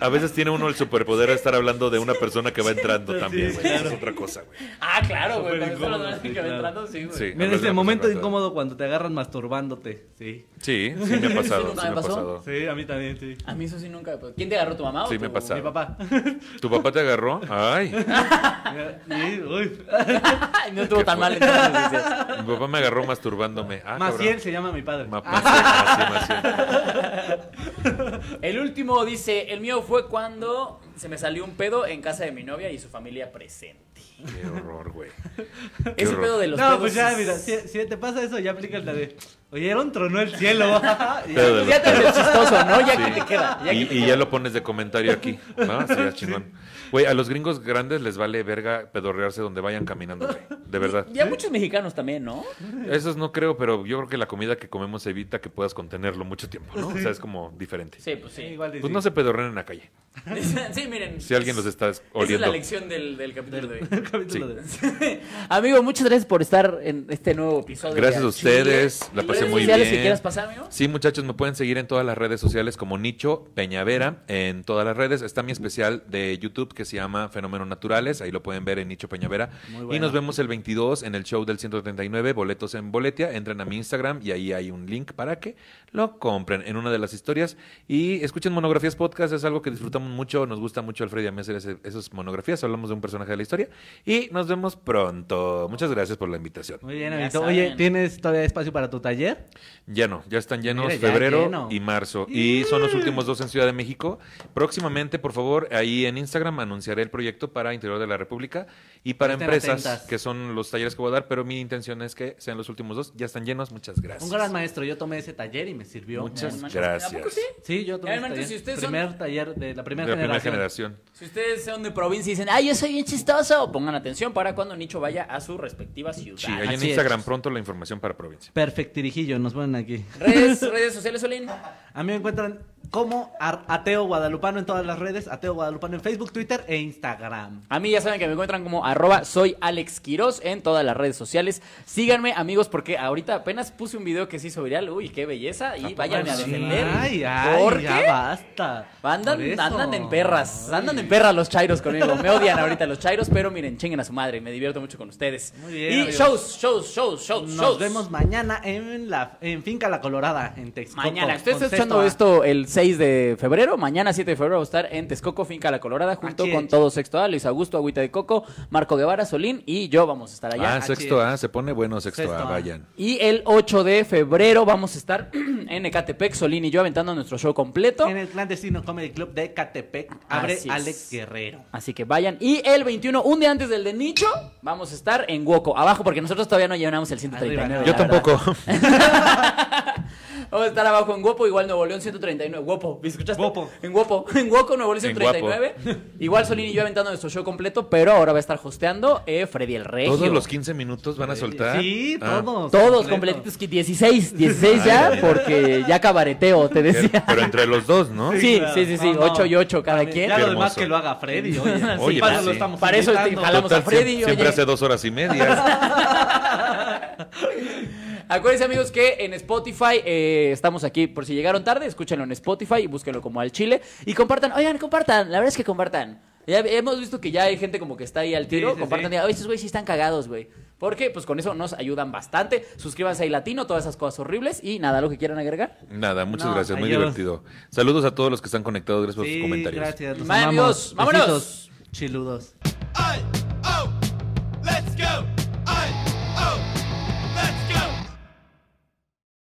S3: a veces tiene uno el superpoder de estar hablando de una persona que va entrando
S1: Sí,
S3: también, güey.
S1: claro.
S3: Es otra cosa, güey.
S2: Ah, claro, güey,
S1: Súper
S2: cuando
S1: incómodo,
S2: están los dos
S1: sí,
S2: que me
S1: claro.
S2: entrando, sí, güey.
S3: Sí.
S1: Mira,
S3: hablas de
S1: este
S3: una
S1: momento
S3: persona
S1: incómodo cuando te agarran masturbándote. Sí.
S3: Sí, sí me ha pasado,
S2: Sí,
S3: sí
S2: me
S3: me ha
S2: pasó.
S3: pasado.
S1: Sí, a mí también, sí.
S2: A mí eso sí nunca me pasó. ¿Quién te agarró tu mamá? o
S3: Sí,
S2: tu-
S3: me pasa.
S1: Mi papá.
S3: ¿Tu papá te agarró? Ay,
S1: Sí, uy.
S2: Ay, no estuvo
S3: Qué
S2: tan mal
S3: fuerte.
S2: entonces. dices.
S3: mi papá me agarró masturbándome. Ah,
S1: Maciel
S3: cabrón.
S1: se llama mi padre. Ah,
S3: Ma- Maciel, Maciel, Maciel.
S2: El último dice, el mío fue cuando se me salió un pedo en casa de mi novia y su familia presente.
S3: Qué horror, güey. Qué
S2: Ese
S3: horror.
S2: pedo de los
S1: No,
S2: pedos
S1: pues ya,
S2: es-
S1: mira, si, si te pasa eso, ya aplicas la de. Oyeron, tronó el cielo. Y
S3: Pero
S1: ya-
S3: de los
S2: pues Ya te
S3: pedos.
S2: haces chistoso, ¿no? Ya
S3: Sí.
S2: que te queda. Ya que
S3: Y, y ya lo pones de comentario aquí, ¿no? Sí, ya chingón. Güey, a los gringos grandes les vale verga pedorrearse donde vayan caminando, güey. De verdad.
S2: Ya muchos mexicanos también, ¿no?
S3: Esos no creo, pero yo creo que la comida que comemos evita que puedas contenerlo mucho tiempo, ¿no? O sea, es como diferente.
S2: Sí, pues sí.
S1: Igual y
S3: Pues
S1: sí.
S3: no se pedorren en la calle.
S2: sí, miren.
S3: Si alguien los está
S2: Esa es la
S3: oliendo.
S2: lección del, del capítulo de hoy.
S1: Capítulo
S3: Sí.
S1: de-
S6: Amigo, muchas gracias por estar en este nuevo episodio.
S3: Gracias
S6: de
S3: a
S6: Al
S3: ustedes, la
S2: ¿Redes
S3: pasé muy
S2: sociales que
S3: bien.
S2: quieras pasar, amigo?
S3: Sí, muchachos, me pueden seguir en todas las redes sociales como Nicho Peñavera, en todas las redes. Está mi especial de YouTube que se llama Fenómenos Naturales, ahí lo pueden ver en Nicho Peñavera.
S1: Muy
S3: Y
S1: bueno.
S3: nos vemos el 22 en el show del 139, boletos en Boletia. Entren a mi Instagram y ahí hay un link para que lo compren en una de las historias. Y escuchen Monografías Podcast, es algo que disfrutamos mucho, nos gusta mucho Alfred y a mí hacer ese- esas monografías, hablamos de un personaje de la historia. Y nos vemos pronto. Muchas gracias por la invitación.
S1: Muy bien,
S2: Ya
S1: amiguito.
S2: saben.
S1: Oye, ¿tienes todavía espacio para tu taller?
S3: Ya no, ya están llenos
S1: Mira, ya
S3: febrero
S1: lleno.
S3: y marzo. Y son los últimos dos en Ciudad de México. Próximamente, por favor, ahí en Instagram anunciaré el proyecto para Interior de la República y para
S1: Estén
S3: empresas,
S1: atentas.
S3: que son los talleres que voy a dar, pero mi intención es que sean los últimos dos. Ya están llenos, muchas gracias.
S1: Un gran maestro. Yo tomé ese taller y me sirvió.
S3: Muchas
S2: Hermanos, ¿a poco
S3: gracias.
S2: sí?
S1: Sí, yo tomé
S2: Hermano,
S1: ese
S2: entonces,
S1: taller.
S2: si ustedes son-
S1: primer taller de la primera
S3: de la primera
S1: generación.
S3: generación.
S4: Si ustedes son de provincia y dicen,
S2: Ay, yo soy bien chistoso. Pongan atención para cuando Nicho vaya a su respectiva ciudad.
S3: Sí, ahí en
S1: Ah, Así es.
S3: Instagram pronto la información para provincia.
S1: Perfectirijillo, nos ponen aquí.
S4: redes, redes sociales, Solín.
S1: A mí me encuentran como Ar- Ateo Guadalupano en todas las redes, Ateo Guadalupano en Facebook, Twitter e Instagram.
S2: A mí ya saben que me encuentran como arroba soy Alex Quiroz en todas las redes sociales. Síganme, amigos, porque ahorita apenas puse un video que se hizo viral. Uy, qué belleza. Y váyanme a
S1: Ah, Sí.
S2: defender.
S1: Ay, ay,
S2: ¿Por
S1: ya
S2: qué?
S1: basta. Por
S2: Andan,
S1: eso.
S2: andan en perras, andan en perras los chairos conmigo. Me odian ahorita los chairos, pero miren, chinguen a su madre. Me divierto mucho con ustedes.
S1: Muy bien,
S2: y
S1: amigos.
S2: shows, shows, shows, shows,
S1: Nos
S2: shows.
S1: vemos mañana en la en Finca La Colorada, en Texcoco.
S2: Mañana, usted está
S1: Contexto
S2: escuchando
S1: A.
S2: esto el 6 de febrero. Mañana, 7 de febrero, va a estar en Texcoco, Finca La Colorada, junto
S1: Aquí
S2: con
S1: es.
S2: todo Sexto A, Luis Augusto, Agüita de Coco, Marco Guevara, Solín y yo vamos a estar allá.
S3: Ah,
S1: así
S3: sexto
S1: es.
S3: A, se pone bueno sexto,
S1: Sexto
S3: A,
S1: A.
S3: vayan.
S2: Y el 8 de febrero vamos a estar en Ecatepec, Solín y yo aventando nuestro show completo.
S1: En el clandestino Comedy Club de Catepec abre
S2: Así es.
S1: Alex Guerrero.
S2: Así que vayan. Y el 21, un día antes del de Nicho, vamos a estar en Woco. Abajo, porque nosotros todavía no llenamos el 139.
S1: Arriba,
S2: la
S1: no.
S3: Yo
S2: verdad.
S3: tampoco.
S2: Vamos a Oh, estar abajo en Guapo, igual Nuevo León 139. Guapo, ¿me escuchaste?
S1: Guapo.
S2: En Guapo, en Guapo, Nuevo León
S3: En
S2: 139. Igual Solín y yo aventando nuestro show completo, pero ahora va a estar hosteando eh, Freddy el Regio.
S3: Todos los 15 minutos van a soltar.
S1: Sí,
S3: Ah,
S1: todos.
S2: Todos completitos, que 16, 16 ya, porque ya cabareteo, te
S3: pero-
S2: decía.
S3: Pero entre los dos, ¿no?
S2: Sí, sí, sí, sí, ocho y ocho cada
S1: También,
S2: quien.
S1: Ya
S3: Qué
S1: lo demás
S3: hermoso.
S1: que lo haga Freddy,
S2: Sí,
S1: oye.
S3: oye,
S1: para
S3: pues
S1: eso lo
S3: sí.
S1: estamos
S2: Para eso
S1: invitando.
S2: te jalamos a
S3: Total, siem-
S2: Freddy, oye.
S3: siempre hace dos horas y media.
S2: Acuérdense, amigos, que en Spotify eh, estamos aquí. Por si llegaron tarde, escúchenlo en Spotify y búsquenlo como al Chile. Y compartan, oigan, compartan. La verdad es que compartan. Ya hemos visto que ya hay gente como que está ahí al tiro.
S1: Sí, sí,
S2: compartan,
S1: sí.
S2: digan, oye, estos güeyes sí están cagados, güey. Porque, pues con eso nos ayudan bastante. Suscríbanse ahí Latino, todas esas cosas horribles. Y nada, lo que quieran agregar.
S3: Nada, muchas
S1: No,
S3: gracias, muy
S1: adiós.
S3: divertido. Saludos a todos los que están conectados, gracias por sus
S1: Sí,
S3: comentarios.
S1: gracias. los
S2: Bye,
S1: amamos.
S2: amigos. Vámonos.
S1: Besitos, Chiludos.
S7: ¡Ay!